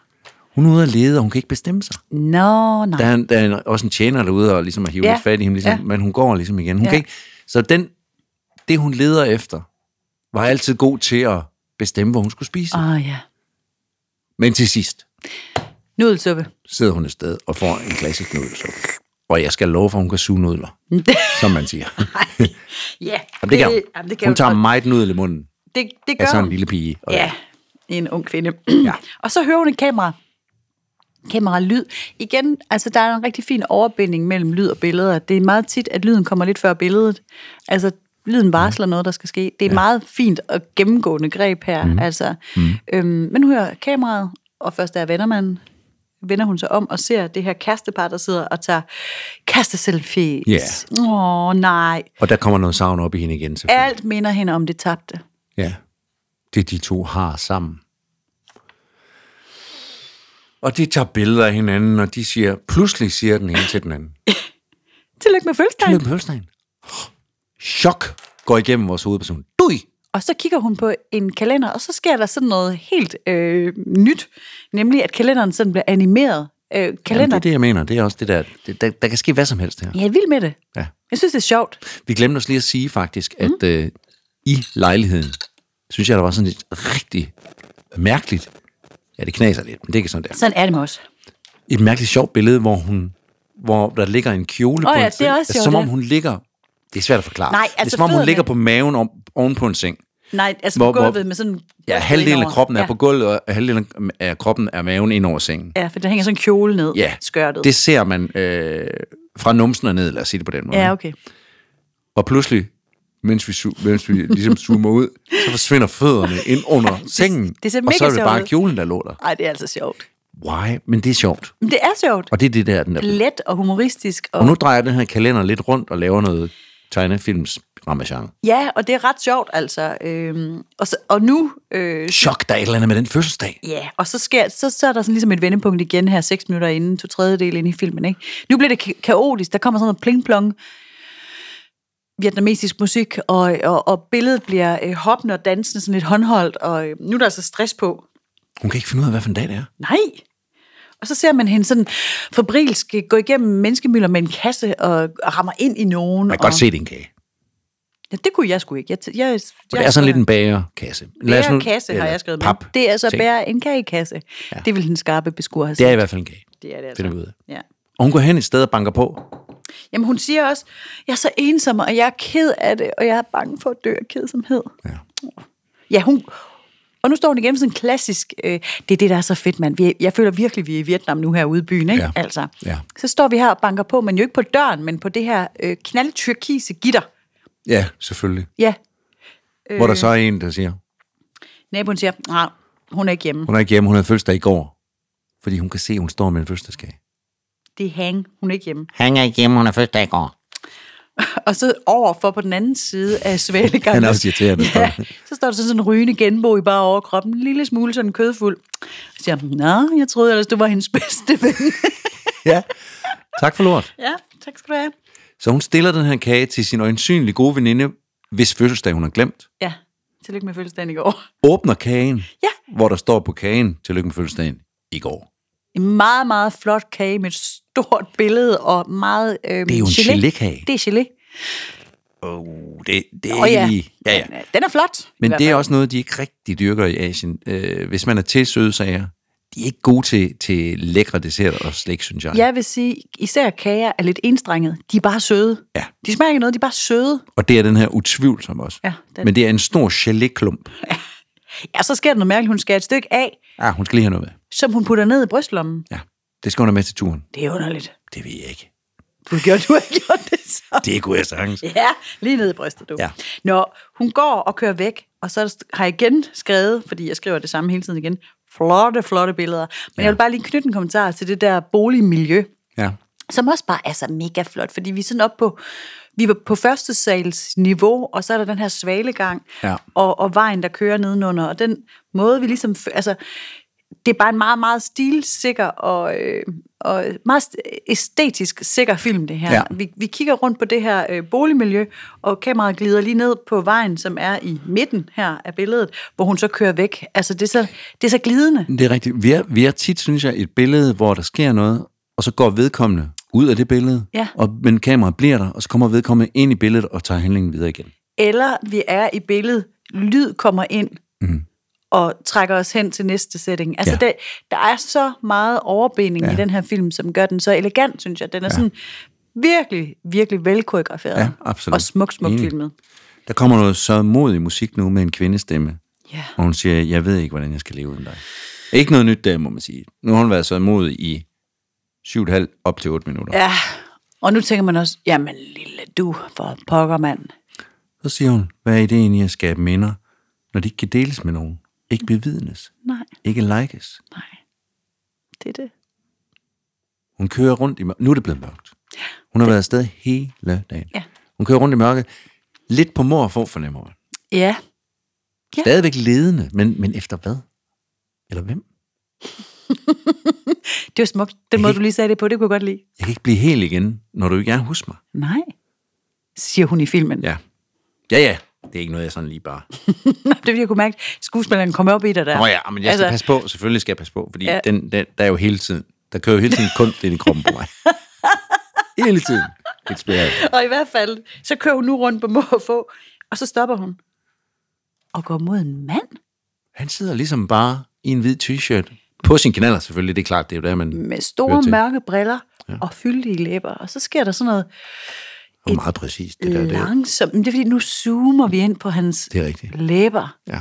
A: Hun er ude og lede, og hun kan ikke bestemme sig.
B: Nå, nej.
A: Der er, en- der er en- også en tjener derude, og ligesom har hivet ja.
B: Ja.
A: lidt fat i hende, ligesom, ja.
B: Ja.
A: men hun går ligesom igen. Hun ja.
B: Ja.
A: kan ikke, så den, det, hun leder efter, var altid god til at bestemme, hvor hun skulle spise. Ah.
B: Åh, oh, ja.
A: Men til sidst
B: Nudelsuppe.
A: sidder hun et sted og får en klassisk nudelsuppe. Og jeg skal love for, at hun kan suge nudler, som man siger.
B: ja,
A: Jamen, det kan hun.
B: jamen, det
A: det kan hun
B: kan jo
A: tager Altså,
B: godt.
A: meget nudel i munden
B: Det, det gør
A: af sådan en
B: hun.
A: lille pige. Og
B: Ja, en ung kvinde. Ja. Og så hører hun et kamera. Kamera lyd. Igen, altså der er en rigtig fin overbinding mellem lyd og billeder. Det er meget tit, at lyden kommer lidt før billedet. Altså, lyden varsler noget, der skal ske. Det er ja. meget fint og gennemgående greb her. Mm. Altså. Mm. Øhm, men hun hører kameraet, og først der vender man vender hun sig om og ser det her kærestepar, der sidder og tager kasteselfies.
A: Ja.
B: Åh, oh, nej.
A: Og der kommer noget savn op i hende igen, selvfølgelig.
B: Alt minder hende om det tabte.
A: Ja. Det de to har sammen. Og de tager billeder af hinanden, og de siger, pludselig siger den ene til den anden.
B: Tillykke med fødselsdagen.
A: Løb Hølstein. Chok går igennem vores hovedperson. Dui!
B: Og så kigger hun på en kalender, og så sker der sådan noget helt øh, nyt, nemlig at kalenderen sådan bliver animeret. Øh,
A: Jamen, det
B: kalender.
A: er det, jeg mener. Det er også det der, det, der, der kan ske hvad som helst her.
B: Ja, jeg er vild med det.
A: Ja.
B: Jeg synes, det er sjovt.
A: Vi glemte også lige at sige faktisk, at
B: Mm.
A: øh, i lejligheden, synes jeg, der var sådan et rigtig mærkeligt, ja, det knaser lidt, men det er ikke sådan der.
B: Sådan er det med os.
A: Et mærkeligt sjovt billede, hvor hun, hvor der ligger en kjole
B: Åh
A: på
B: ja,
A: en
B: det er også
A: altså,
B: sjovt,
A: som om
B: ja.
A: hun ligger, det er svært at forklare.
B: Nej,
A: det er
B: altså
A: som om hun
B: fødderne.
A: ligger på maven om, oven på en seng.
B: Nej, altså
A: Hvor-
B: hvor,
A: hvor-
B: gulvet med sådan...
A: Ja, halvdelen af
B: indover.
A: kroppen er
B: ja.
A: på gulvet, og halvdelen af kroppen er maven ind over sengen.
B: Ja, for der hænger sådan en kjole ned.
A: Ja,
B: Skørtet.
A: det ser man øh, fra numsen og ned, lad os sige det på den måde.
B: Ja, okay.
A: Og pludselig, mens vi, su- mens vi ligesom zoomer ud, så forsvinder fødderne ind under sengen.
B: det ser
A: og
B: mega
A: så er det
B: sjovt
A: bare
B: ud.
A: kjolen, der lå der.
B: Ej, det er altså sjovt.
A: Why? Men det er sjovt.
B: Men det er sjovt.
A: Og det er det der, den der.
B: Let og humoristisk. Og,
A: Og nu drejer den her kalender lidt rundt og laver noget tegnefilms ramachan.
B: Ja, og det er ret sjovt, altså. Øhm, og, så, og nu... Øh,
A: Chok, der er et eller andet med den fødselsdag.
B: Ja, og så, sker, så, så er der sådan ligesom et vendepunkt igen her, seks minutter inden, to tredjedel ind i filmen, ikke? Nu bliver det ka- kaotisk, der kommer sådan noget pling-plong, vietnamesisk musik, og, og, og billedet bliver øh, hoppende og dansende, sådan lidt håndholdt, og øh, nu er der altså stress på.
A: Hun kan ikke finde ud af, hvad for en dag det er.
B: Nej! Og så ser man hende sådan fabrilsk øh, gå igennem menneskemylder med en kasse og, og rammer ind i nogen.
A: Man kan godt
B: og,
A: se, det er en kage.
B: Ja, det kunne jeg sgu ikke. Jeg, t- jeg, jeg,
A: For det er sådan lidt en bagerkasse. Lad os nu-
B: kasse, har
A: eller
B: jeg skrevet med.
A: pap.
B: Det er altså
A: ting.
B: bære en kagekasse. Ja. Det vil den skarpe beskuer have
A: Det er
B: sagt.
A: i hvert fald en kage,
B: Det er det altså.
A: finder vi ud af.
B: Ja.
A: Og hun går hen et sted og banker på.
B: Jamen hun siger også, jeg er så ensom, og jeg er ked af det, og jeg er bange for at dø af kedsomhed.
A: Ja.
B: Ja, hun... Og nu står hun igen for sådan en klassisk... Øh, det er det, der er så fedt, mand. Vi er, jeg føler virkelig, vi er i Vietnam nu herude i byen, ikke?
A: Ja.
B: Altså.
A: Ja.
B: Så står vi her og banker på, men jo ikke på døren, men på det her øh, knaldtyrkise gitter.
A: ja, selvfølgelig.
B: Ja,
A: Øh. Hvor der så er en, der siger,
B: naboen siger, nej, hun er ikke hjemme.
A: hun er ikke hjemme, hun havde fødselsdag i går. Fordi hun kan se, at hun står med en fødselsdagskage.
B: Det er hang, hun er ikke hjemme.
C: Han er ikke hjemme, hun er fødselsdag i går.
B: Og så overfor på den anden side af svælegangen.
A: Han er også irriterende.
B: Ja, så står der sådan en rygende genbo i bare overkroppen, en lille smule sådan kødfuld. Så siger han, nå, jeg troede ellers, du var hendes bedste ven.
A: Ja. Tak for lort.
B: ja, tak skal du have.
A: Så hun stiller den her kage til sin øjensynlig gode veninde, hvis fødselsdag hun har glemt.
B: Ja, tillykke med fødselsdagen i går.
A: Åbner kagen,
B: Ja.
A: hvor der står på kagen, tillykke med fødselsdagen i går.
B: En meget, meget flot kage med et stort billede og meget øhm,
A: Det er jo en
B: gelé.
A: gelékage.
B: Det er gelé.
A: Oh, det, det er
B: Åh ja.
A: lige- ja, ja.
B: Men, øh, Den er flot.
A: Men
B: i hvert
A: det er
B: fald.
A: også noget, de ikke rigtig dyrker i Asien. Øh, hvis man er til sødsager, de er ikke gode til, til lækre desserter og slik, synes jeg.
B: Jeg vil sige, især kager er lidt enstrenget. De er bare søde.
A: Ja.
B: De smager ikke af noget, de er bare søde.
A: Og det er den her utvivlsom også.
B: Ja, den-
A: Men det er en stor geléklump.
B: Ja, så sker der noget mærkeligt. Hun skærer et stykke af,
A: Ah, hun skal lige have noget med.
B: som hun putter ned i brystlommen.
A: Ja, det skal hun have med til turen.
B: Det er underligt.
A: Det ved jeg ikke.
B: Du har gjort, du har gjort det så.
A: Det kunne jeg sagtens.
B: Ja, lige ned i brystet, du.
A: Ja.
B: Nå, hun går og kører væk, og så har jeg igen skrevet, fordi jeg skriver det samme hele tiden igen, flotte, flotte billeder. Men ja. jeg vil bare lige knytte en kommentar til det der boligmiljø,
A: Ja.
B: som også bare er så mega flot, fordi vi er sådan oppe på, vi var på første sals niveau, og så er der den her svalegang,
A: Ja.
B: og, og vejen, der kører nedenunder, og den måde, vi ligesom, f- altså, det er bare en meget, meget stilsikker og, øh, og meget st- æstetisk sikker film, det her.
A: Ja.
B: Vi, vi kigger rundt på det her øh, boligmiljø, og kameraet glider lige ned på vejen, som er i midten her af billedet, hvor hun så kører væk. Altså, det er så, det er så glidende.
A: Det er rigtigt. Vi er, vi er tit, synes jeg, et billede, hvor der sker noget, og så går vedkommende ud af det billede,
B: Ja.
A: og, men kameraet bliver der, og så kommer vedkommende ind i billedet og tager handlingen videre igen.
B: eller vi er i billedet, lyd kommer ind mm. og trækker os hen til næste setting. Altså,
A: Ja.
B: ja. det, der er så meget overbinding ja. i den her film, som gør den så elegant, synes jeg. Den er ja. sådan virkelig, virkelig velkoreograferet.
A: Ja, absolut.
B: Og smukt, smukt
A: Enig.
B: filmet.
A: Der kommer noget så modig musik nu med en kvindestemme,
B: Ja.
A: og hun siger, jeg ved ikke, hvordan jeg skal leve uden dig. Ikke noget nyt der, må man sige. Nu har hun været så modig i 7,5 op til 8 minutter.
B: ja. Og nu tænker man også, jamen lille du for pokker, mand.
A: Så siger hun, hvad er ideen i at skabe minder, når de ikke kan deles med nogen? Ikke bevidnes?
B: Nej,
A: Ikke likes?
B: nej. Det er det.
A: Hun kører rundt i mørket. Nu er det blevet mørkt. Hun har været afsted hele dagen.
B: Ja.
A: Hun kører rundt i mørket. Lidt på mor og få fornemmer man.
B: Ja. Ja.
A: Stadigvæk ledende, men, men efter hvad? Eller hvem?
B: Det var smukt. Den måde, du lige sagde det på, det kunne jeg godt lide.
A: Jeg kan ikke blive helt igen, når du ikke er hos mig.
B: Nej, siger hun i filmen.
A: Ja. Ja, ja. Det er ikke noget, jeg sådan lige bare...
B: det er fordi, jeg kunne mærke, at skuespilleren kom op i dig der.
A: Nå ja, men jeg skal passe på. Selvfølgelig skal jeg passe på, fordi ja.
B: Altså- Ja.
A: den, den, der er jo hele tiden... Der kører jo hele tiden kunst ind i kroppen på mig. hele tiden. Lidt spæret.
B: Og i hvert fald, så kører hun nu rundt på må og få, og så stopper hun. Og går mod en mand?
A: Han sidder ligesom bare i en hvid t-shirt. På sin kanaler selvfølgelig, det er klart, det er jo der, man...
B: Med
A: Hører
B: store
A: til.
B: mørke briller ja. og fyldige læber. Og så sker der sådan noget
A: Og meget præcist, det der. Det, er-
B: langsomt. Men det er fordi, nu zoomer vi ind på hans
A: det er rigtigt.
B: læber,
A: Ja.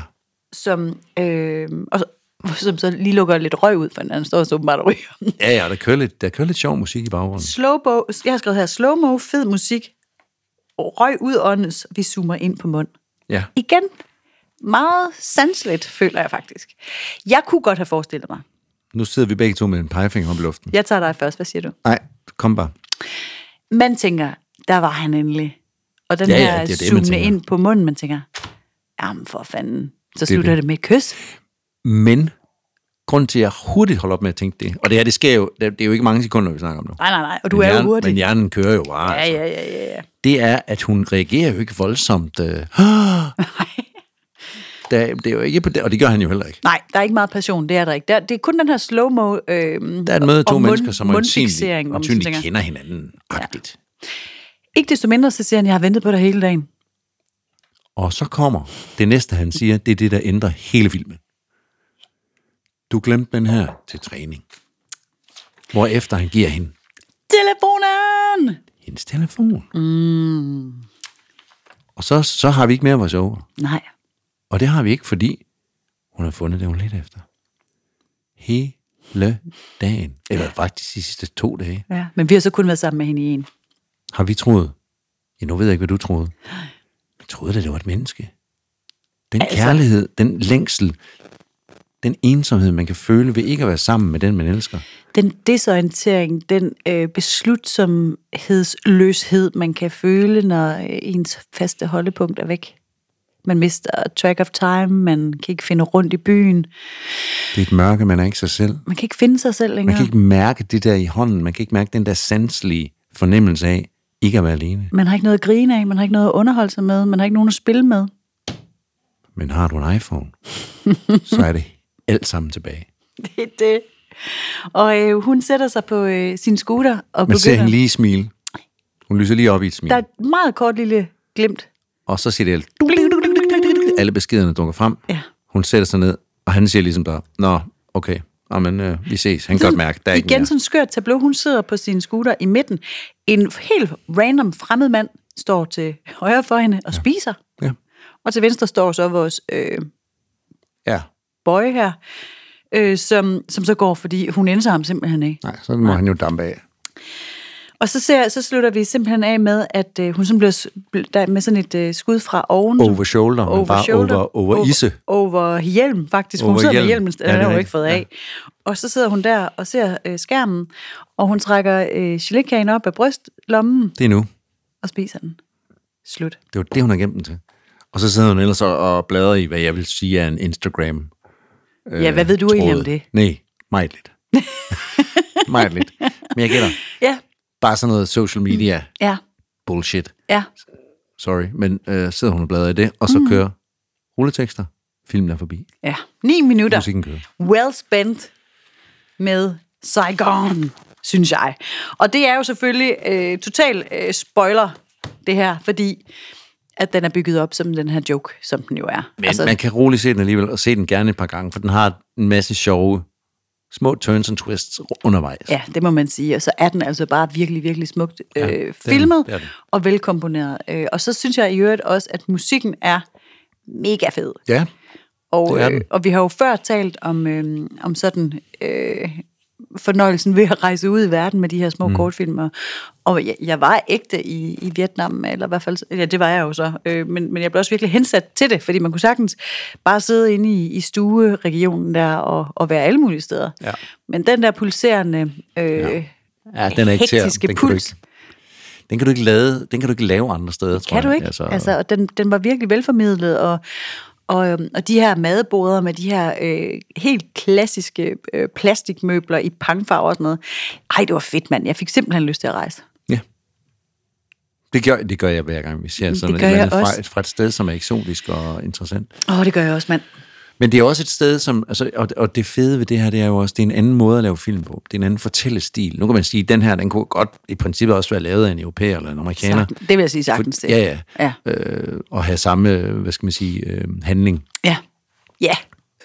B: som, øh, og så, som så lige lukker lidt røg ud, for han står så åbenbart og ryger.
A: Ja, ja, der kører lidt, der kører lidt sjov musik i baggrunden.
B: Slowbo, jeg har skrevet her, slowmo, fed musik, og røg udåndes, vi zoomer ind på mund.
A: Ja.
B: igen meget sanslet, føler jeg faktisk. Jeg kunne godt have forestillet mig.
A: Nu sidder vi begge to med en pegefinger op i luften.
B: Jeg tager dig først, hvad siger du?
A: Nej, kom bare.
B: Man tænker, der var han endelig. Og den
A: Ja,
B: ja,
A: ja,
B: her
A: det er
B: ja,
A: det, man
B: zoomende
A: tænker.
B: ind på munden, man tænker, jamen for fanden, så
A: er
B: slutter
A: det.
B: det. det med et kys.
A: Men grund til, at jeg hurtigt holder op med at tænke det, og det her, det sker jo, det det er jo ikke mange sekunder, vi snakker om nu.
B: Nej, nej, nej, og du
A: men
B: er jo
A: hjernen,
B: hurtig.
A: Men hjernen kører jo bare.
B: Ja,
A: Altså.
B: ja, ja, ja, ja.
A: Det er, at hun reagerer jo ikke voldsomt. Øh, der, det er jo ikke på det, og det gør han jo heller ikke.
B: Nej, der er ikke meget passion, det er der ikke. Der, det er kun den her slow-mo. Øh,
A: Der er et møde af to
B: og
A: mennesker, som
B: mundfiksering, hvor man sådan
A: øjensynligt
B: tænker,
A: kender hinanden agtigt. Ja.
B: Ikke desto mindre, så siger han, jeg har ventet på dig hele dagen.
A: Og så kommer det næste, han siger, det er det, der ændrer hele filmen. Du glemte den her til træning. Hvor efter han giver hende
B: Telefonen!
A: en hendes telefon. Mm. Og så, så har vi ikke mere vores over.
B: Nej.
A: Og det har vi ikke, fordi hun har fundet det, hun lidt efter. Hele dagen. Eller faktisk de sidste to dage.
B: Ja. Men vi har så kun været sammen med hende i en.
A: Har vi troet? Ja, nu ved jeg ikke, hvad du troede. Jeg troede, at det var et menneske. Den altså... kærlighed, den længsel, den ensomhed, man kan føle ved ikke at være sammen med den, man elsker.
B: Den desorientering, den øh, beslutsomhedsløshed, man kan føle, når øh, ens faste holdepunkt er væk. Man mister track of time, man kan ikke finde rundt i byen,
A: Det er et mørke, man er ikke sig selv.
B: man kan ikke finde sig selv længere.
A: Man kan ikke mærke det der i hånden. Man kan ikke mærke den der sanselige fornemmelse af ikke at være alene.
B: Man har ikke noget at grine af, man har ikke noget at underholde sig med, man har ikke nogen at spille med.
A: Men har du en iPhone, så er det alt sammen tilbage.
B: Det er det. Og øh, hun sætter sig på øh, sin scooter og
A: Man ser
B: begynder...
A: hende lige smile. Hun lyser lige op i et smil.
B: Der er et meget kort lille glimt.
A: Og så siger det alt. Alle beskederne dukker frem.
B: Ja.
A: Hun sætter sig ned, og han siger ligesom der, Nå, okay, Jamen, øh, vi ses. Han kan godt mærke, der er ikke
B: Igen
A: mere.
B: sådan skørt tableau. Hun sidder på sin scooter i midten. En helt random fremmed mand står til højre for hende og ja. spiser.
A: Ja.
B: Og til venstre står så vores øh,
A: ja.
B: boy her, øh, som, som så går, fordi hun indser ham simpelthen ikke.
A: Nej, så må han jo dampe af.
B: Og så, ser, så slutter vi simpelthen af med, at øh, hun sådan bliver s- bl- der, med sådan et øh, skud fra oven.
A: Over shoulder, men bare over- over isse.
B: Over hjelm, faktisk. Hun
A: Over
B: over sidder hjelm.
A: hjelm.
B: med hjelmen,
A: Ja,
B: ja,
A: det
B: den
A: er
B: har hun
A: rigtigt.
B: ikke fået af. Og så sidder hun der og ser øh, skærmen, og hun trækker øh, gelékagen op af brystlommen
A: Det er nu.
B: og spiser den. Slut.
A: Det var det, hun har gemt den til. Og så sidder hun ellers og- og bladrer i, hvad jeg vil sige er en Instagram
B: Øh, ja, hvad ved du egentlig om det?
A: Nej, meget lidt. meget lidt. Men jeg gætter.
B: Ja,
A: Bare sådan noget social media
B: ja,
A: bullshit.
B: ja.
A: Sorry. Men øh, sidder hun og bladrer i det, og så mm. kører rulletekster. Filmen er forbi.
B: ja. Ni minutter.
A: Musikken kører.
B: well spent med Saigon, synes jeg. Og det er jo selvfølgelig øh, total øh, spoiler, det her, fordi at den er bygget op som den her joke, som den jo er.
A: Men altså, man kan roligt se den alligevel, og se den gerne et par gange, for den har en masse sjove små turns and twists undervejs.
B: Ja, det må man sige. Og så er den altså bare virkelig, virkelig smukt øh,
A: det er den.
B: filmet
A: Det er den.
B: og velkomponeret. Øh, og så synes jeg i øvrigt også, at musikken er mega fed.
A: ja.
B: Og,
A: Det er
B: øh,
A: den.
B: og vi har jo før talt om, øh, om sådan øh, fornøjelsen ved at rejse ud i verden med de her små mm. kortfilmer. Og jeg, jeg var ægte i, i Vietnam, eller i hvert fald, ja, det var jeg jo så, øh, men, men jeg blev også virkelig hensat til det, fordi man kunne sagtens bare sidde inde i, i stueregionen der og, og være alle mulige steder.
A: Ja.
B: Men den der pulserende, øh, ja.
A: ja den er ikke til, at-
B: hektiske
A: den kan du
B: puls,
A: ikke, den kan du ikke lave, den kan du ikke lave andre steder, tror
B: kan du
A: jeg.
B: ikke? Altså, altså og den, den var virkelig velformidlet, og, og, øhm, og de her madboder med de her øh, helt klassiske øh, plastikmøbler i pangfarver og sådan noget. Ej, det var fedt, mand. Jeg fik simpelthen lyst til at rejse.
A: Ja. Det gør, det gør jeg hver gang, vi ser sådan et, eller
B: gør jeg
A: andet fra,
B: også.
A: fra et sted, som er eksotisk og interessant.
B: Åh, oh, det gør jeg også, mand.
A: Men det er også et sted, som... Altså, og, og det fede ved det her, det er jo også, det er en anden måde at lave film på. Det er en anden fortællestil. Nu kan man sige, at den her, den kunne godt i princippet også være lavet af en europæer eller en amerikaner.
B: Sagtens. Det vil jeg sige sagtens til.
A: Ja, ja.
B: Ja.
A: Øh, og have samme, hvad skal man sige, øh, handling.
B: Ja. Ja.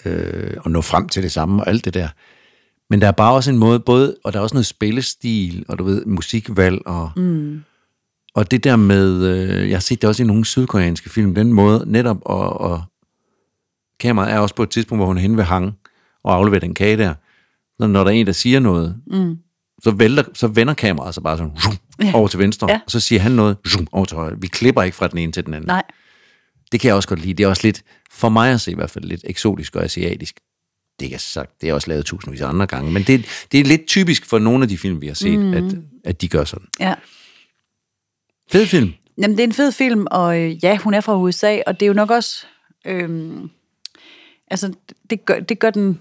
A: øh, og nå frem til det samme og alt det der. Men der er bare også en måde, både, og der er også noget spillestil, og du ved, musikvalg, og, mm. og det der med, øh, jeg har set det også i nogle sydkoreanske film, den måde netop, og, og kameraet er også på et tidspunkt, hvor hun er henne ved hang, og afleverer den kage der, når, når der er en, der siger noget, mm. så, vælter, så vender kameraet sig bare sådan, zoom,
B: Ja.
A: over til venstre,
B: Ja.
A: og så siger han noget, zoom, over til højre. Vi klipper ikke fra den ene til den anden.
B: Nej.
A: Det kan jeg også godt lide. Det er også lidt, for mig at se i hvert fald, lidt eksotisk og asiatisk. Det kan sagt, det er også lavet tusindvis af andre gange, men det, det er lidt typisk for nogle af de film, vi har set, mm. at, at de gør sådan.
B: Ja.
A: Fed film.
B: Jamen, det er en fed film, og øh, ja, hun er fra USA, og det er jo nok også... Øhm, altså, det gør, det gør den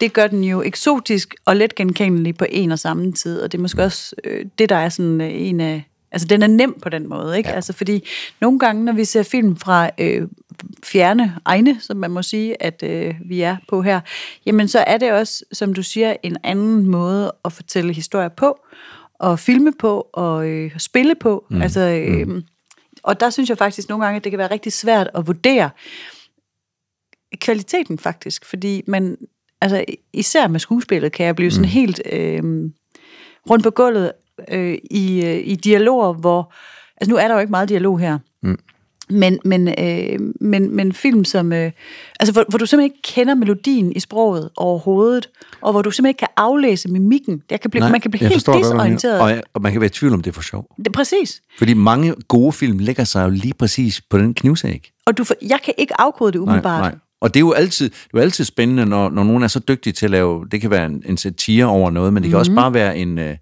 B: det gør den jo eksotisk og let genkendelig på en og samme tid, og det er måske også øh, det, der er sådan øh, en af... Altså, den er nem på den måde, ikke? Ja. Altså, fordi nogle gange, når vi ser film fra øh, fjerne egne, som man må sige, at øh, vi er på her, jamen, så er det også, som du siger, en anden måde at fortælle historier på, og filme på, og øh, spille på. Mm. Altså, øh, og der synes jeg faktisk nogle gange, at det kan være rigtig svært at vurdere, kvaliteten faktisk, fordi man,
A: Mm.
B: altså især med skuespillet, kan jeg blive sådan helt øh, øhm, rundt på gulvet øh, i, øh, i dialoger, hvor... Altså, nu er der jo ikke meget dialog her. Mm. Men, men, øh, men, men film, som... Øh, altså, hvor, hvor du simpelthen ikke kender melodien i sproget overhovedet, og hvor du simpelthen ikke kan aflæse mimikken. Jeg kan blive, man kan blive
A: jeg
B: helt
A: forstår godt, hvad du mener.
B: desorienteret.
A: Og, jeg- og man kan være i tvivl om, det er for sjov.
B: Det, præcis.
A: Fordi mange gode film lægger sig jo lige præcis på den knivsæg.
B: Og du, får- jeg kan ikke afkode det umiddelbart.
A: Og det er jo altid, det er jo altid spændende, når, når nogen er så dygtig til at lave, det kan være en, en satire over noget, men det kan
B: Mhm.
A: mm-hmm. også bare være en, øh,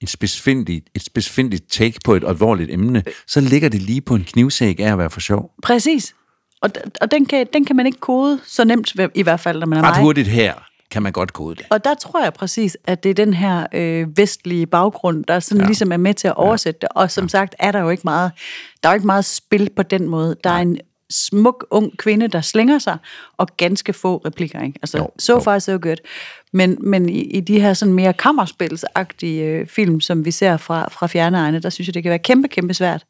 A: en specifindig, et specifindigt take på et alvorligt emne. Så ligger det lige på en knivsæg af at være for sjov.
B: Præcis. Og, d- og den, kan, den kan man ikke kode så nemt, i hvert fald, når man er mig.
A: Ret hurtigt her kan man godt kode det.
B: Og der tror jeg præcis, at det er den her øh, vestlige baggrund, der sådan ja. ligesom er med til at oversætte det. Og som ja. sagt er der jo ikke meget, der er jo ikke meget spil på den måde. Der er en smuk ung kvinde, der slænger sig, og ganske få replikker. Ikke? Altså,
A: Jo,
B: jo, so far so good. Men, men i, i de her sådan mere kammerspilsagtige øh, film, som vi ser fra, fra fjerneegne, der synes jeg, det kan være kæmpe, kæmpe svært.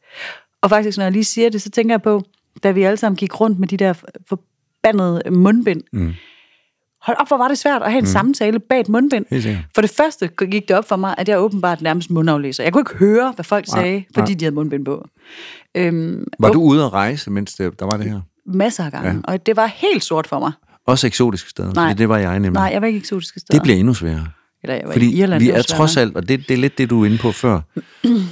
B: Og faktisk, når jeg lige siger det, så tænker jeg på, da vi alle sammen gik rundt med de der forbandede mundbind, hold op, hvor var det svært at have en mm. samtale bag et mundbind.
A: Helt sikkert.
B: For det første gik det op for mig, at jeg åbenbart nærmest mundaflæser. Jeg kunne ikke høre, hvad folk sagde, fordi de havde mundbind på. Øhm,
A: Var du ude at rejse, mens det, der var det her?
B: masser af gange, ja. og det var helt sort for mig.
A: Også eksotiske steder, Nej. fordi det var jeg nemlig.
B: Nej, jeg var ikke i eksotiske steder.
A: Det bliver endnu sværere.
B: Eller jeg var
A: Fordi
B: i Irland,
A: vi
B: det var
A: er
B: sværere.
A: trods alt, og det, det er lidt det, du er inde på før,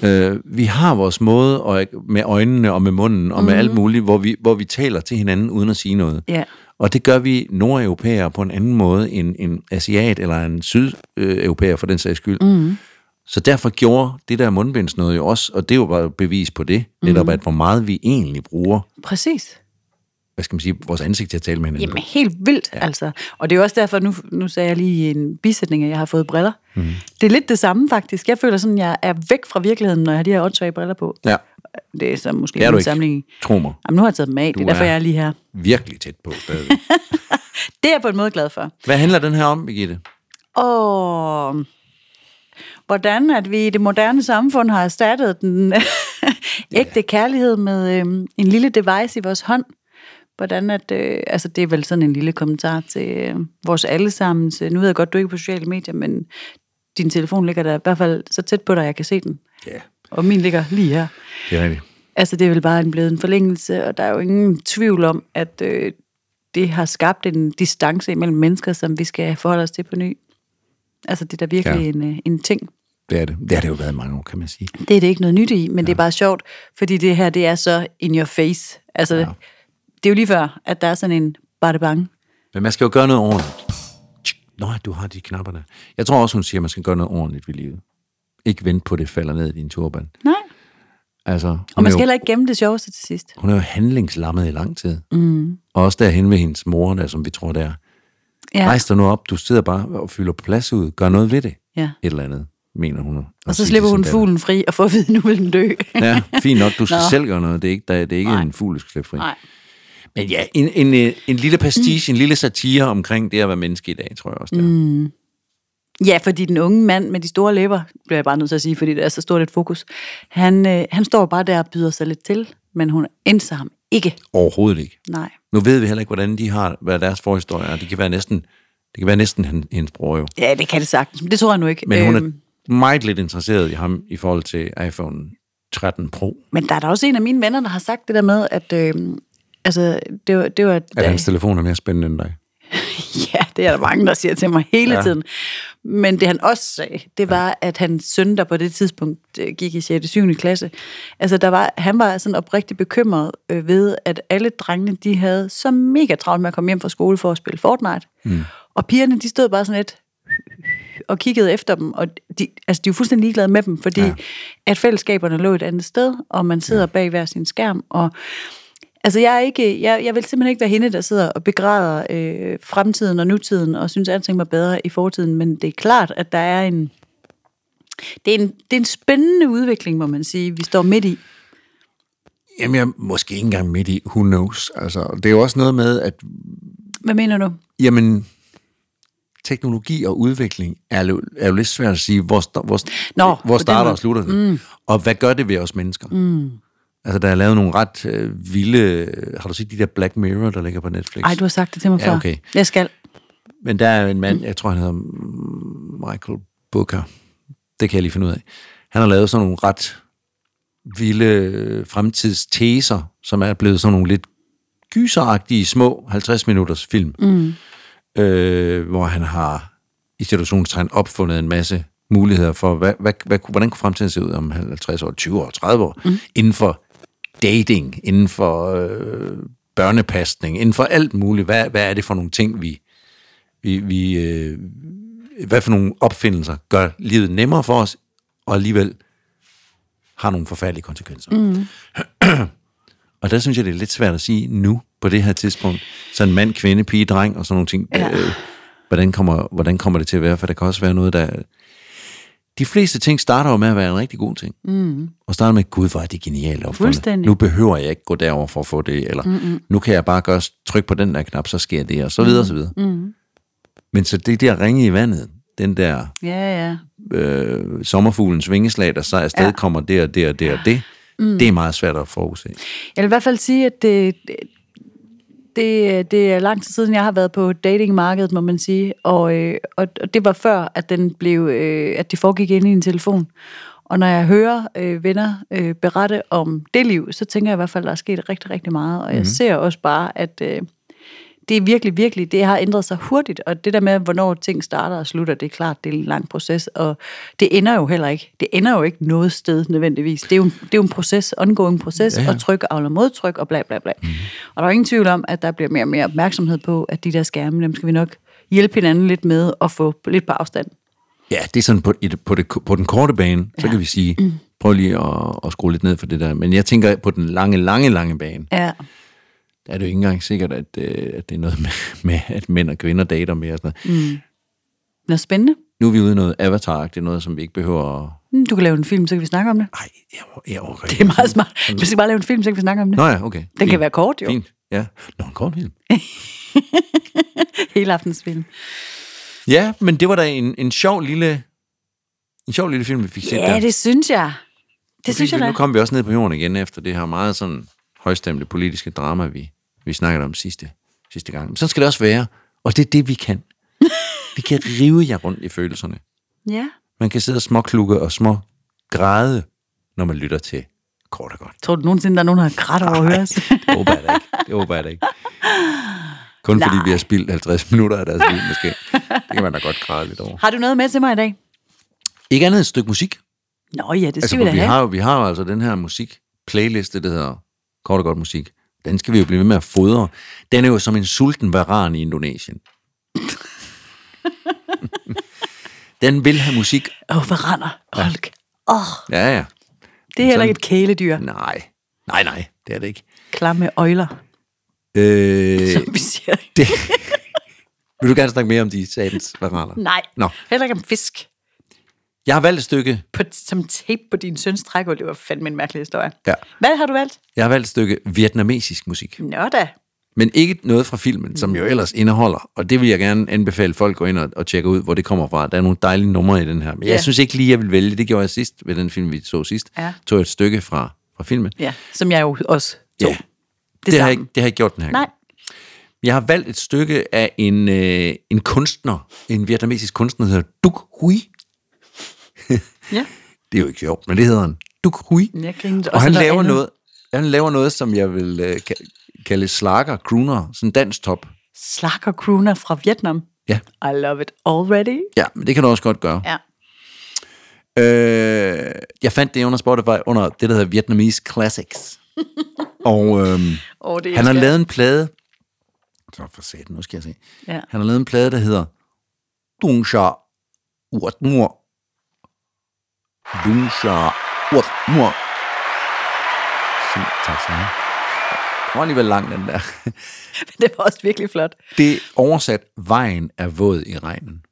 A: øh, vi har vores måde og, med øjnene og med munden og med alt muligt, hvor vi, hvor vi taler til hinanden uden at sige noget.
B: Mhm. Ja.
A: Og det gør vi nordeuropæere på en anden måde end en asiat eller en sydeuropæer for den sags skyld.
B: Mhm.
A: Mm. Så derfor gjorde det der mundbinds noget jo også, og det er jo bare et bevis på det,
B: Mhm.
A: netop at hvor meget vi egentlig bruger,
B: Præcis.
A: hvad skal man sige, vores ansigt til at tale med hinanden.
B: Jamen, helt vildt, ja. altså. Og det er jo også derfor, nu, nu sagde jeg lige i en bisætning, at jeg har fået briller. Mm.
A: Mhm.
B: Det er lidt det samme, faktisk. Jeg føler sådan, jeg er væk fra virkeligheden, når jeg har de her åndssvage briller på.
A: Ja,
B: Det er så måske
A: det er
B: en
A: du ikke.
B: samling.
A: Tro mig.
B: Jamen, nu har jeg taget dem af. det er
A: Du
B: derfor,
A: er-
B: jeg er lige her.
A: Virkelig tæt på stadigvæk.
B: Det er jeg på en måde glad for.
A: Hvad handler den her om, Birgitte?
B: Og hvordan at vi i det moderne samfund har erstattet den ægte kærlighed med øhm, en lille device i vores hånd. Hvordan at, øh, altså det er vel sådan en lille kommentar til øh, vores allesammens, øh, nu ved jeg godt, du er ikke på sociale medier, men din telefon ligger der i hvert fald så tæt på dig, jeg kan se den.
A: Ja,
B: Og min ligger lige her.
A: det er rigtigt.
B: Altså, det er vel bare en blevet en forlængelse, og der er jo ingen tvivl om, at øh, det har skabt en distance imellem mennesker, som vi skal forholde os til på ny. Altså, det er da virkelig
A: Ja.
B: ja. en, øh, en ting.
A: Det er det. Det har det jo været i mange år, kan man sige.
B: Det er det ikke noget nyt i, men ja. det er bare sjovt, fordi det her, det er så in your face. Altså, ja. det er jo lige før, at der er sådan en bare bang.
A: Men man skal jo gøre noget ordentligt. Tsk. Nå, du har de knapper der. Jeg tror også, hun siger, at man skal gøre noget ordentligt ved livet. Ikke vente på, at det falder ned i din turban.
B: Nej.
A: Altså, hun,
B: Og man
A: er,
B: skal
A: jo,
B: heller ikke gemme det sjoveste til sidst.
A: hun er jo handlingslammet i lang tid. Mm. Og også derhen ved hendes mor, der, som vi tror, der. Ja.
B: Ja.
A: Rejs dig nu op, du sidder bare og fylder plads ud. Gør noget ved det.
B: ja.
A: Et eller andet, mener hun. at
B: Og
A: sige
B: så
A: til
B: slipper
A: sin
B: hun
A: datter.
B: fuglen fri og får at vide, nu vil den dø.
A: ligesom Ja, fint nok. Du skal
B: Nå.
A: selv gøre noget. Det er ikke, der, det er ikke
B: Nej.
A: en fugl, du skal slippe fri.
B: Nej.
A: Men ja, en, en, øh, en lille pastiche, en lille satire omkring det at være menneske i dag, tror jeg også. Det er.
B: Ja, fordi den unge mand med de store læber, bliver jeg bare nødt til at sige, fordi det er så stort et fokus, han, øh, han står bare der og byder sig lidt til, men hun indser ham ikke.
A: Overhovedet ikke.
B: Nej.
A: Nu ved vi heller ikke, hvordan de har, hvad deres forhistorie er. Det kan være næsten, det kan være næsten hen, hendes bror jo.
B: Ja, det kan det sagtens, men det tror jeg nu ikke.
A: Men hun
B: Øhm,
A: er meget lidt interesseret i ham i forhold til iPhone 13 Pro.
B: men der er da også en af mine venner, der har sagt det der med, at øhm, altså, det, var, det var...
A: At hans telefon er mere spændende end dig.
B: Ja, det er der mange, der siger til mig hele
A: Ja.
B: ja. tiden. Men det han også sagde, det var, at hans søn, der på det tidspunkt øh, gik i 6. og 7. klasse, altså der var, han var sådan oprigtigt bekymret øh, ved, at alle drengene, de havde så mega travlt med at komme hjem fra skole for at spille Fortnite. Mm. Og pigerne, de stod bare sådan lidt og kiggede efter dem, og de, altså de var fuldstændig ligeglade med dem, fordi ja. at fællesskaberne lå et andet sted, og man sidder ja. bag hver sin skærm, og Altså, jeg, er ikke, jeg, jeg vil simpelthen ikke være hende, der sidder og begræder øh, fremtiden og nutiden, og synes, at alting var bedre i fortiden, men det er klart, at der er en... Det er en, det er en spændende udvikling, må man sige, vi står midt i.
A: Jamen, jeg er måske ikke engang midt i, who knows. Altså, det er jo også noget med, at
B: Hvad mener du?
A: jamen, teknologi og udvikling er jo, er jo lidt svært at sige, hvor, sta- hvor, st-
B: Nå, på
A: hvor
B: den
A: starter
B: måde.
A: og slutter det. Mm. Og hvad gør det ved os mennesker? Mm. Altså, der er lavet nogle ret øh, vilde... Har du set de der Black Mirror, der ligger på Netflix?
B: Ej, du har sagt det til mig
A: Ja,
B: før.
A: okay.
B: Jeg skal.
A: Men der er jo en mand, jeg tror han hedder Michael Booker. Det kan jeg lige finde ud af. Han har lavet sådan nogle ret vilde øh, fremtidsteser, som er blevet sådan nogle lidt gyseragtige små 50-minutters film, mm. øh, hvor han har i situationstegn opfundet en masse muligheder for, hvad, hvad, hvad, kunne- hvordan kunne fremtiden se ud om 50 år, 20 år, 30 år, mm. inden for dating, inden for øh, børnepasning, inden for alt muligt. Hvad, hvad er det for nogle ting, vi, vi, vi, øh, hvad for nogle opfindelser gør livet nemmere for os, og alligevel har nogle forfærdelige konsekvenser. Mm. og der synes jeg, det er lidt svært at sige nu, på det her tidspunkt, sådan mand, kvinde, pige, dreng og sådan nogle ting. Ja. Øh, hvordan, kommer, hvordan kommer det til at være? For der kan også være noget, der... De fleste ting starter jo med at være en rigtig god ting. Mm. Og starter med, gud, hvor er det genialt opfundet.
B: Fuldstændig.
A: Nu behøver jeg ikke gå derover for at få det, eller Mm-mm. nu kan jeg bare gøre, tryk på den der knap, så sker det, og så videre, og så videre. Mm. Men så det der ringe i vandet, den der
B: Ja, ja.
A: øh, sommerfuglens vingeslag, der så afsted ja. kommer der, der, der, det, mm. det er meget svært at forudse.
B: Jeg vil i hvert fald sige, at det, det, det er lang tid siden, jeg har været på datingmarkedet, må man sige. Og, øh, og og det var før, at, den blev, øh, at det foregik inde i en telefon. Og når jeg hører øh, venner øh, berette om det liv, så tænker jeg i hvert fald, at der er sket rigtig, rigtig meget. Og jeg ser også bare, at øh, det er virkelig, virkelig, det har ændret sig hurtigt. Og det der med, hvornår ting starter og slutter, det er klart, det er en lang proces. Og det ender jo heller ikke. Det ender jo ikke noget sted nødvendigvis. Det er jo, en- det er jo en proces, ongoing proces, ja, ja. og tryk avler modtryk og bla bla bla. Mm. Og der er jo ingen tvivl om, at der bliver mere og mere opmærksomhed på, at de der skærme, dem skal vi nok hjælpe hinanden lidt med at få lidt på afstand.
A: Ja, det er sådan på, i det- på, det, på den korte bane, ja. så kan vi sige, prøv lige at, at skrue lidt ned for det der. Men jeg tænker på den lange, lange, lange bane,
B: Ja.
A: der er det jo ikke engang sikkert, at, øh, at det er noget med, med, at mænd og kvinder dater mere og sådan noget. Mm.
B: Nå, spændende.
A: Nu er vi ude i noget avatar det er noget, som vi ikke behøver at...
B: Mm, Du kan lave en film, så kan vi snakke om det.
A: Ej, jeg, jeg overgår
B: Det er meget smart. Vi skal bare lave en film, så kan vi snakke om det.
A: Nå ja, okay.
B: Den kan være kort, jo.
A: Fint, ja. Nå, en kort film.
B: Hele aftens film.
A: Ja, men det var da en, en sjov lille... En sjov lille film, vi fik set der.
B: Ja, det synes jeg. Det synes jeg
A: Nu
B: da.
A: kom vi også ned på jorden igen efter det her meget sådan højstemte politiske drama, vi, vi snakkede om sidste, sidste gang. Men sådan skal det også være, og det er det, vi kan. Vi kan rive jer rundt i følelserne.
B: Ja.
A: Man kan sidde og småklukke og små græde, når man lytter til kort og godt.
B: Tror du nogensinde, der er nogen, der har grædt over at høre os?
A: Det håber jeg da ikke. Det håber jeg da ikke. Kun Nej. fordi vi har spildt 50 minutter af deres liv, måske. Det kan man da godt græde lidt over.
B: Har du noget med til mig i dag?
A: Ikke andet end et stykke musik.
B: Nå ja, det skal
A: Altså,
B: vi da
A: vi, vi,
B: have.
A: har, jo- vi har jo altså den her musik playliste, det hedder Kort og Godt Musik. Den skal vi jo blive ved med at fodre. Den er jo som en sulten varan i Indonesien. den vil have musik.
B: Åh, oh, hvad render? Hold ja. oh,
A: Ja, ja.
B: det er heller ikke
A: Sådan.
B: et kæledyr.
A: Nej. Nej, nej. Det er det ikke.
B: Klamme øjler,
A: Øh,
B: som vi siger.
A: det... vil du gerne snakke mere om de satans varaner?
B: Nej,
A: Nå.
B: heller ikke en fisk.
A: Jeg har valgt et stykke.
B: På, som tape på din søns trækul. Det var fandme en mærkelig historie.
A: Ja.
B: Hvad har du valgt?
A: Jeg har valgt et stykke vietnamesisk musik.
B: Nå da.
A: Men ikke noget fra filmen,
B: Mm.
A: som jo ellers indeholder. Og det vil jeg gerne anbefale folk at gå ind og, og tjekke ud, hvor det kommer fra. Der er nogle dejlige numre i den her. Men jeg
B: Ja.
A: synes ikke lige, jeg vil vælge. Det gjorde jeg sidst ved den film, vi så sidst.
B: Ja.
A: Tog jeg et stykke fra, fra filmen.
B: Ja, som jeg jo også tog.
A: Ja.
B: Ja.
A: Det, det, har jeg,
B: samme.
A: ikke- det har jeg ikke gjort den her
B: Nej,
A: gang. Jeg har valgt et stykke af en, øh, en kunstner. En vietnamesisk kunstner, der hedder Duc Huy.
B: ja.
A: Det er jo ikke sjovt, men det hedder han. Duc Huy.
B: Jeg grinte
A: Og
B: også
A: han
B: noget
A: laver
B: andet.
A: noget, han laver noget, som jeg vil øh, ka- kalde slager, crooner, sådan dansk top.
B: Slakker crooner fra Vietnam.
A: Ja.
B: I love it already.
A: ja, men det kan du også godt gøre.
B: Ja.
A: Øh, jeg fandt det under Spotify under det, der hedder Vietnamese Classics. og øhm,
B: Oh, det
A: han har
B: elsker jeg.
A: lavet en plade. Så for satan, nu skal jeg se.
B: Ja.
A: Han har lavet en plade, der hedder Dungsha Urtmur. Dungsha Urtmur. Så, tak skal du have. Den var alligevel lang, den der.
B: Det var også virkelig flot.
A: Det er oversat, vejen er våd i regnen.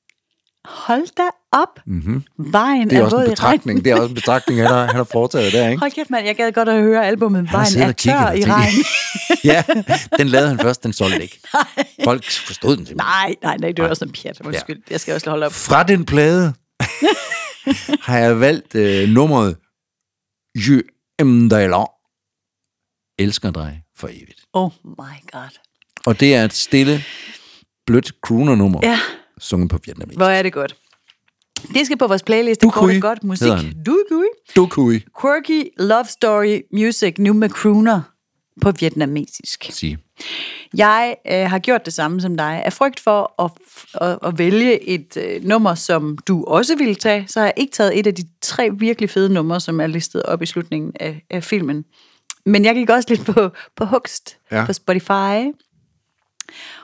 B: Hold da op. Mm-hmm. Vejen
A: Mhm. Det er,
B: er,
A: også
B: våd
A: en
B: i regnen.
A: betragtning. Det er også en betragtning, han har, han har foretaget der, ikke?
B: Hold kæft, mand. Jeg gad godt at høre albumet
A: har
B: Vejen
A: siddet
B: er
A: og kigget
B: tør
A: og
B: i
A: tænkt-
B: regn.
A: ja, den lavede han først, den solgte ikke. Folk forstod den simpelthen.
B: Nej, nej, nej, det var også noget pjat. Undskyld, jeg skal også holde op.
A: Fra den plade har jeg valgt øh, nummeret Je aime dig lang. Elsker dig for evigt.
B: Oh my god.
A: Og det er et stille, blødt crooner-nummer,
B: Ja,
A: sunget på vietnamesisk.
B: hvor er det godt. Det skal på vores playlist. Det
A: Dukui
B: går godt musik.
A: hedder han.
B: Dukui.
A: Dukui,
B: Quirky Love Story Music, nu med crooner på vietnamesisk.
A: sige.
B: Jeg øh, har gjort det samme som dig. Af frygt for at, f- at, at vælge et øh, nummer, som du også ville tage, så har jeg ikke taget et af de tre virkelig fede numre, som er listet op i slutningen af, af filmen. Men jeg gik også lidt på, på Hugst
A: Ja.
B: ja. på Spotify.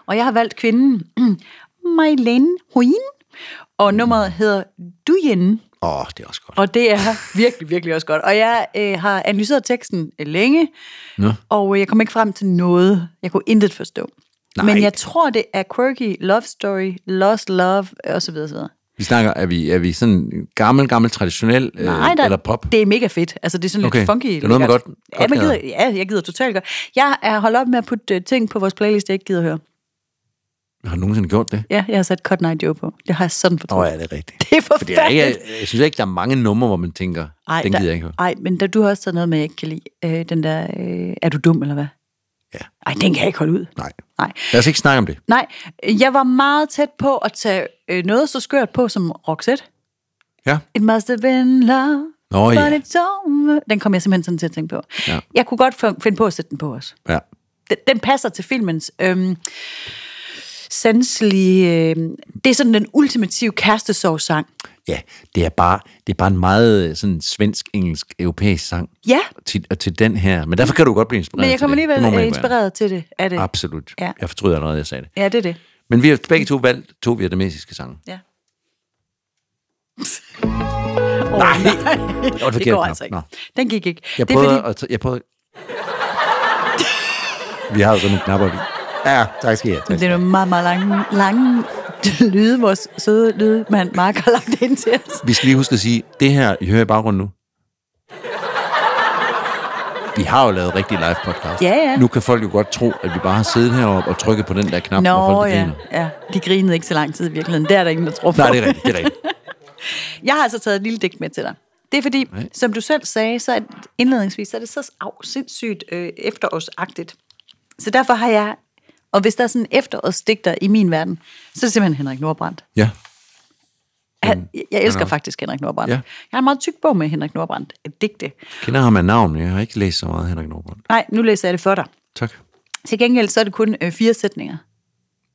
B: Og jeg har valgt kvinden Mylene Huyen, og nummeret hedder Duyen.
A: Åh, oh, det er også godt.
B: Og det er virkelig, virkelig også godt. Og jeg øh, har analyseret teksten øh, længe,
A: Nå.
B: og øh, jeg kom ikke frem til noget. Jeg kunne intet forstå.
A: Nej.
B: Men jeg tror, det er quirky, love story, lost love, øh, osv. osv.
A: Vi snakker, er vi, er vi sådan gammel, gammel, traditionel øh,
B: Nej, der,
A: eller pop?
B: det er mega fedt. Altså, det er sådan
A: Okay.
B: lidt funky.
A: Det er noget, man
B: lækkert.
A: godt-
B: ja,
A: godt
B: man
A: kan-
B: gider, ja, jeg gider totalt godt. Jeg er holdt op med at putte øh, ting på vores playlist, jeg ikke gider høre.
A: Har du nogensinde gjort det?
B: Ja, jeg har sat Cotton Eye Joe på. Det har jeg sådan
A: Åh,
B: fortrudt.
A: oh, ja, det er rigtigt.
B: Det er
A: For det er ikke,
B: forfærdeligt.
A: jeg, jeg synes ikke, der er mange numre, hvor man tænker, Ej, den
B: der-
A: gider jeg ikke høre.
B: Ej, men der, du har også taget noget med, jeg ikke kan lide. Øh, den der, øh, er du dum, eller hvad?
A: Ja.
B: Ej, den kan jeg ikke holde ud.
A: Nej.
B: Nej.
A: Lad os ikke snakke om det.
B: Nej, jeg var meget tæt på at tage øh, noget så skørt på som Roxette.
A: Ja.
B: It must have been love,
A: Nå
B: but
A: ja.
B: it's over. Den kom jeg simpelthen sådan til at tænke på.
A: Ja.
B: Jeg kunne godt få- finde på at sætte den på os.
A: ja.
B: Den, den passer til filmens øhm, sanselige... Øhm, det er sådan den ultimative kærestesorgsang.
A: Ja, det er bare, det er bare en meget øh, sådan svensk, engelsk, europæisk sang.
B: Ja,
A: Til, og til den her. Men derfor kan du godt blive inspireret
B: men jeg
A: til
B: kommer
A: det. Det må
B: alligevel
A: man
B: øh,
A: ikke være.
B: inspireret til det. Er det.
A: Absolut. Ja.
B: Ja.
A: Jeg fortryder allerede, jeg sagde det.
B: Ja, det er det.
A: Men vi har begge to valgt to vietnamesiske sange.
B: Ja.
A: Nej,
B: det,
A: var
B: det
A: forkert
B: går
A: nok.
B: altså ikke.
A: Nå.
B: Den gik ikke.
A: jeg
B: det er
A: prøver
B: fordi,
A: at... Jeg prøver... vi har jo sådan nogle knapper. Vi... Ja, tak skal I have. Tak.
B: Det er nogle meget, meget lange, lange lyde, vores søde lydmand Mark har lagt ind til os.
A: Vi skal lige huske at sige, det her, I hører i baggrunden nu. Vi har jo lavet rigtig live podcast.
B: Ja, ja.
A: Nu kan folk jo godt tro, at vi bare har siddet heroppe og trykket på den der knap, hvor folk de
B: ja,
A: griner.
B: ja. De grinede ikke så lang tid i virkeligheden. Det er der ingen, der tror på.
A: Nej, det er rigtigt, det er rigtigt.
B: Jeg har altså taget et lille digt med til dig. Det er fordi,
A: Nej.
B: Nej. som du selv sagde, så er det- indledningsvis, så er det så af, sindssygt øh, efterårsagtigt. Så derfor har jeg, og hvis der er sådan en efterårsdigter i min verden, så er det simpelthen Henrik Nordbrandt.
A: Ja,
B: Han, jeg, jeg elsker
A: han er-
B: faktisk Henrik Nordbrandt.
A: Ja.
B: Jeg har en meget tyk bog med Henrik Nordbrandt, et digte.
A: kender ham af navn. Jeg har ikke læst så meget, Henrik Nordbrand.
B: Nej, nu læser jeg det for dig.
A: Tak.
B: Til gengæld så er det kun øh, fire sætninger.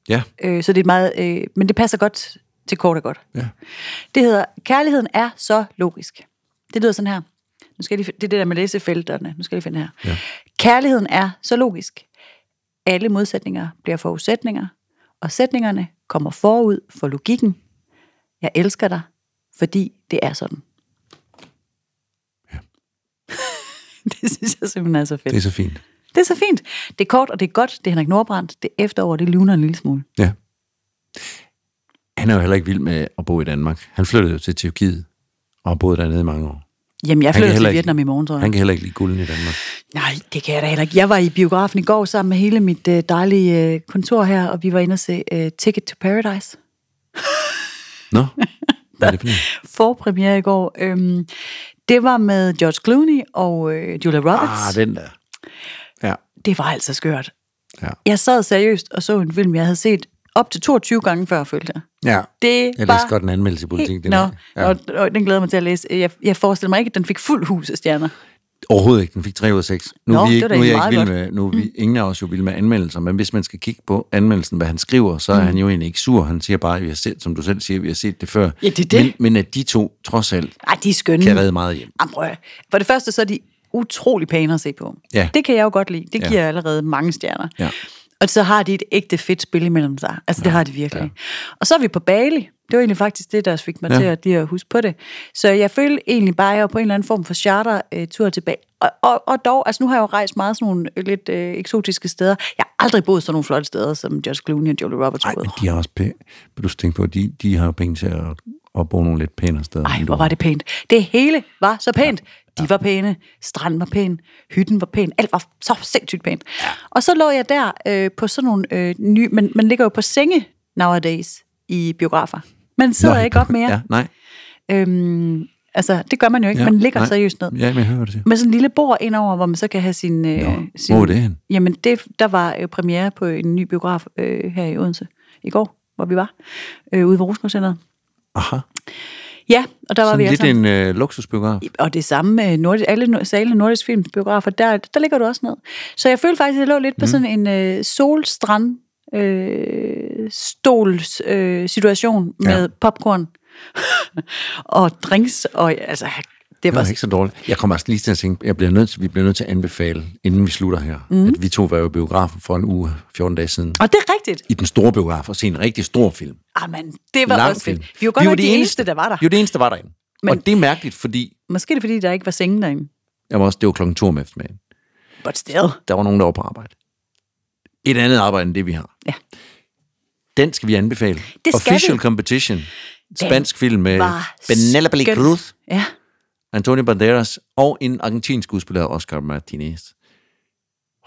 A: Ja,
B: Øh, så det er et meget, øh, men det passer godt til kort og godt.
A: ja.
B: Det hedder, kærligheden er så logisk. Det lyder sådan her. Nu skal jeg lige, fi- det er det der med læsefelterne. Nu skal jeg lige finde her. Ja. Kærligheden er så logisk. Alle modsætninger bliver forudsætninger, og sætningerne kommer forud for logikken. Jeg elsker dig, fordi det er sådan. Ja. det synes jeg simpelthen er så fedt.
A: Det er så fint.
B: Det er så fint. Det er kort, og det er godt. Det er Henrik Nordbrandt. Det er efterår, det luner en lille smule.
A: Ja. Han er jo heller ikke vild med at bo i Danmark. Han flyttede jo til Tyrkiet og har boet dernede i mange år.
B: Jamen, jeg
A: Han kan
B: flytter
A: heller
B: til
A: ikke-
B: Vietnam i morgen, tror jeg.
A: Han kan heller ikke lide gulden i Danmark.
B: Nej, det kan jeg da heller ikke. Jeg var i biografen i går sammen med hele mit øh, dejlige øh, kontor her, og vi var inde og se øh, Ticket to Paradise.
A: Nå, hvad er det for noget?
B: Forpremiere i går. Øhm, det var med George Clooney og øh, Julia Roberts.
A: Ah, den der. Ja,
B: det var altså skørt.
A: ja.
B: Jeg sad seriøst og så en film, jeg havde set op til 22 gange før, følte jeg.
A: Ja,
B: Det
A: jeg
B: var
A: læste godt en anmeldelse i politik.
B: Helt,
A: Den
B: nå,
A: er-
B: ja. og, og den glæder jeg mig til at læse. Jeg, jeg forestiller mig ikke, at den fik fuld hus af stjerner.
A: Overhovedet ikke. Den fik 3 ud af 6. Nu
B: Nå,
A: er, vi
B: det
A: ikke,
B: var
A: nu
B: da
A: er jeg
B: egentlig
A: ikke
B: meget
A: vild med, nu er vi, ingen af os jo vild med anmeldelser, men hvis man skal kigge på anmeldelsen, hvad han skriver, så er han jo egentlig ikke sur. Han siger bare, at vi har set, som du selv siger, vi har set det Mm. før.
B: Ja, det er det.
A: Men, men at de to trods alt
B: Ej, de er skønne.
A: kan redde meget hjem.
B: Jamen, prøv at høre. For det første, så er de utrolig pæne at se på.
A: Ja.
B: Det kan jeg jo godt lide. Det
A: Ja.
B: giver jeg allerede mange stjerner.
A: Ja.
B: Og så har de et ægte fedt spil imellem sig. Altså, det har de virkelig. Og så er vi på Bali. Det var egentlig faktisk det, der fik mig
A: Ja.
B: ja. til at, lige at huske på det. Så jeg følte egentlig bare, at jeg var på en eller anden form for charter-tur tilbage. Og, og, og dog, altså nu har jeg jo rejst meget sådan nogle lidt øh, eksotiske steder. Jeg har aldrig boet sådan nogle flotte steder, som George Clooney og Julie Roberts
A: Nej,
B: boede.
A: men de har også pæ... Men du skal tænke på, at de, de har jo penge til at, at bo nogle lidt pænere steder.
B: Ej,
A: end
B: hvor
A: du
B: var
A: har.
B: det pænt. Det hele var så pænt. De var pæne, stranden var pæn, hytten var pæn, alt var så sindssygt pænt. Og så lå jeg der øh, på sådan nogle øh, nye... Man, man ligger jo på senge nowadays i biografer. Man sidder
A: Nå,
B: ikke op mere.
A: Ja, nej.
B: Øhm, altså, det gør man jo ikke.
A: Ja,
B: man ligger
A: nej.
B: seriøst ned.
A: Ja, men jeg hører det.
B: Med sådan en lille bord indover, hvor man så kan have sin... Øh,
A: Nå,
B: sin
A: hvor er det henne?
B: Jamen, det, der var øh, premiere på en ny biograf øh, her i Odense i går, hvor vi var, øh, ude ved Rosengårdscenteret.
A: Aha.
B: Ja, og der var
A: Sådan
B: vi alle
A: lidt
B: sammen.
A: en øh, luksusbiograf.
B: Og det samme med nordisk, alle nor- sale nordisk films biografer, der, der ligger du også ned. Så jeg følte faktisk, at jeg lå lidt
A: Mhm.
B: på sådan en øh, solstrand øh, stols øh, situation
A: Ja.
B: med popcorn og drinks. Og altså, det
A: Det
B: var
A: var ikke så dårligt. Jeg kommer altså lige til at tænke, jeg bliver nødt til, vi bliver nødt til at anbefale, inden vi slutter her,
B: Mhm.
A: mm. at vi to var jo i biografen for en uge, 14 dage siden,
B: Og det er rigtigt.
A: i den store biograf, og se en rigtig stor film.
B: Jamen, det var
A: lang
B: også
A: film.
B: fedt. Vi var godt nok de eneste, der var der.
A: Vi var det eneste, der var derinde. Men...
B: Men-
A: Og det er mærkeligt, fordi,
B: Måske er det fordi, der ikke var senge derinde.
A: jeg var også, det var klokken to om eftermiddagen.
B: But still.
A: Der var nogen, der var på arbejde. Et andet arbejde, end det vi har.
B: Ja.
A: Den skal vi anbefale.
B: skal
A: Official
B: vi.
A: Competition. Spansk film med
B: var
A: Penelope
B: skøn.
A: Cruz,
B: Ja.
A: Antonio Banderas og en argentinsk skuespiller, Oscar Martinez.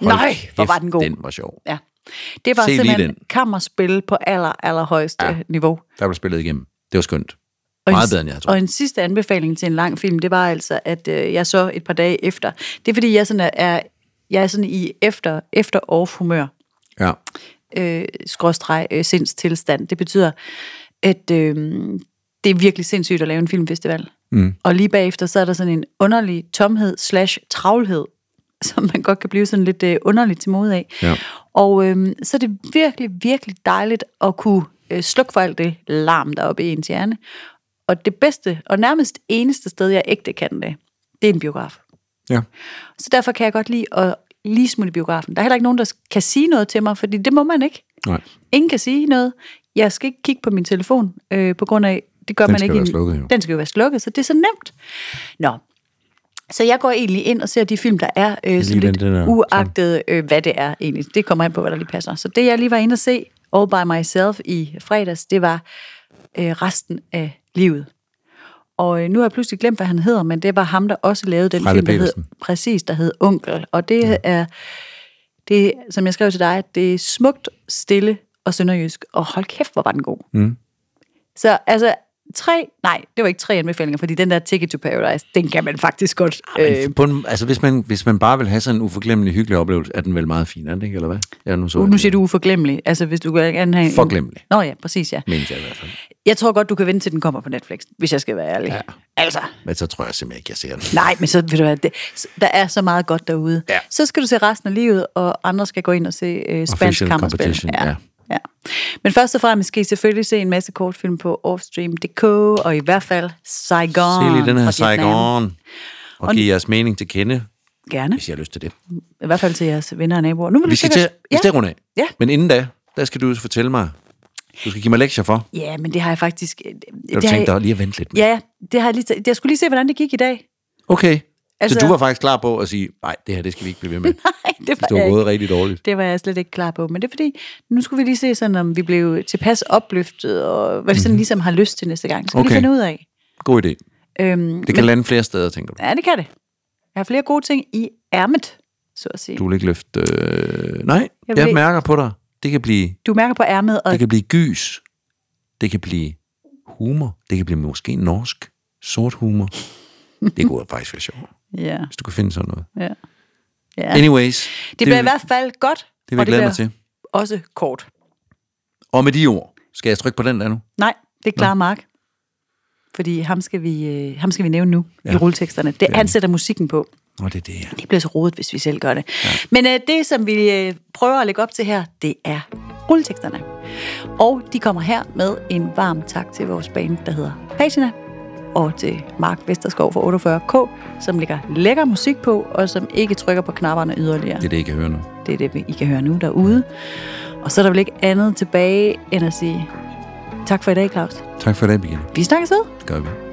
A: Hold
B: Nej, hvor var den god.
A: Den var sjov.
B: ja. Det var
A: Se lige
B: simpelthen
A: den.
B: kammerspil på aller, allerhøjeste ja. niveau.
A: Der blev spillet igennem. Det var skønt.
B: Og
A: Meget
B: en-
A: bedre, end jeg havde troet.
B: Og en sidste anbefaling til en lang film, det var altså, at øh, jeg så et par dage efter. Det er fordi, jeg sådan er- er, jeg er sådan i efter, efter off humør
A: Ja.
B: øh, skråstreg øh, sindstilstand. Det betyder, at øh, det er virkelig sindssygt at lave en filmfestival. Mm. Og lige bagefter, så er der sådan en underlig tomhed slash travlhed, som man godt kan blive sådan lidt øh, underligt til mode af.
A: Ja.
B: Og øh, så er det virkelig, virkelig dejligt at kunne øh, slukke for alt det larm, der er oppe i ens hjerne. Og det bedste, og nærmest eneste sted, jeg ægte kan det, det er en biograf.
A: ja.
B: Så derfor kan jeg godt lide at lige smutte i biografen. Der er heller ikke nogen, der kan sige noget til mig, fordi det må man ikke.
A: Nej,
B: Ingen kan sige noget. Jeg skal ikke kigge på min telefon, øh, på grund af, det gør
A: Den
B: man
A: skal
B: ikke.
A: være
B: i en-
A: slukket, jo.
B: Den skal jo være slukket, så det er så nemt. Nå. Så jeg går egentlig ind og ser de film, der er øh, sådan
A: lige
B: lidt
A: vente den her,
B: uagtet, øh, hvad det er egentlig. Det kommer an på, hvad der lige passer. Så det, jeg lige var inde og se All By Myself i fredags, det var øh, resten af livet. Og øh, nu har jeg pludselig glemt, hvad han hedder, men det var ham, der også lavede den
A: Frelle
B: film, der hed,
A: Petersen.
B: præcis, der hed Onkel. Og det ja. er det, som jeg skrev til dig, det er smukt, stille og sønderjysk. Og hold kæft, hvor var den god.
A: Mm.
B: Så altså, tre, nej, det var ikke tre anbefalinger, fordi den der Ticket to Paradise, den kan man faktisk godt. Øh,
A: Men på en, altså, hvis, man, hvis man bare vil have sådan en uforglemmelig hyggelig oplevelse, er den vel meget fin, er den ikke, eller hvad? Ja, nu, så jeg
B: Uh, nu
A: det.
B: siger du uforglemmelig, altså hvis du kan have en...
A: Forglemmelig.
B: Nå ja, præcis ja.
A: Mente jeg i hvert fald.
B: Jeg tror godt, du kan vente til den kommer på Netflix, hvis jeg skal være ærlig. Ja. Altså,
A: Men så tror jeg simpelthen ikke, jeg ser den.
B: nej, men så ved du hvad, det, s- der er så meget godt derude.
A: Ja.
B: Så skal du se resten af livet, og andre skal gå ind og se øh, spansk
A: Official
B: kammerspil.
A: competition, ja.
B: ja. Men først og fremmest skal I selvfølgelig se en masse kortfilm på offstream.dk, og i hvert fald Saigon.
A: Se lige den her
B: fra Vietnam.
A: Saigon. Og give jeres mening til kende,
B: Gerne.
A: hvis I har lyst til det.
B: I hvert fald til jeres venner og naboer. Nu vil
A: Vi
B: du
A: skal til,
B: sikkert-
A: vi skal runde af.
B: Ja.
A: Men inden da, der skal du så fortælle mig, du skal give mig lektier for.
B: ja. ja, men det har jeg faktisk... Det
A: Jeg
B: har jeg-
A: tænkte dig lige at vente lidt. med.
B: Ja, ja, det har jeg lige... taget- Jeg skulle lige se, hvordan det gik i dag.
A: Okay. Altså,
B: Altså-
A: så du var faktisk klar på at sige, nej, det her, det skal vi ikke blive ved med.
B: Nej, det var
A: Det
B: jeg
A: var
B: ikke.
A: gået rigtig dårligt.
B: Det var jeg slet ikke klar på, men det er fordi, nu skulle vi lige se sådan, om vi blev tilpas opløftet, og hvad vi sådan ligesom har lyst til næste gang. Så okay. vi
A: Mhm. Okay.
B: finde ud af.
A: God idé.
B: Øhm,
A: Det kan lande flere steder, tænker du.
B: ja, det kan det. Jeg har flere gode ting i ærmet, så at sige.
A: Du
B: Du,
A: vil ikke løfte... Øh... Nej, jeg,
B: Jeg
A: jeg
B: vil-
A: mærker på dig. Det kan blive
B: du mærker på ærmet, og
A: Det kan blive gys. Det kan blive humor. Det kan blive måske norsk. Sort humor. Det kunne faktisk være sjovt,
B: ja,
A: hvis du kan finde sådan noget.
B: ja. ja.
A: Anyways.
B: det bliver i hvert fald godt,
A: det vil
B: og
A: jeg
B: det
A: glæde
B: bliver
A: mig til.
B: også kort.
A: Og med de ord, skal jeg trykke på den der nu?
B: Nej, det klarer Mark. Fordi ham skal vi, øh, ham skal vi nævne nu ja. i rulleteksterne. Det, han sætter musikken på.
A: Nå, det er det, ja.
B: Det bliver så rodet, hvis vi selv gør det. Ja. Men øh, det, som vi øh, prøver at lægge op til her, det er rulleteksterne. Og de kommer her med en varm tak til vores band, der hedder Patina. Og til Mark Vesterskov fra 48K, som lægger lækker musik på, og som ikke trykker på knapperne yderligere.
A: Det er det, I kan høre nu.
B: Det er det, I kan høre nu derude. Og så er der vel ikke andet tilbage, end at sige tak for i dag, Claus.
A: Tak for i dag, Birgitte.
B: Vi snakkes ved.
A: Det gør vi.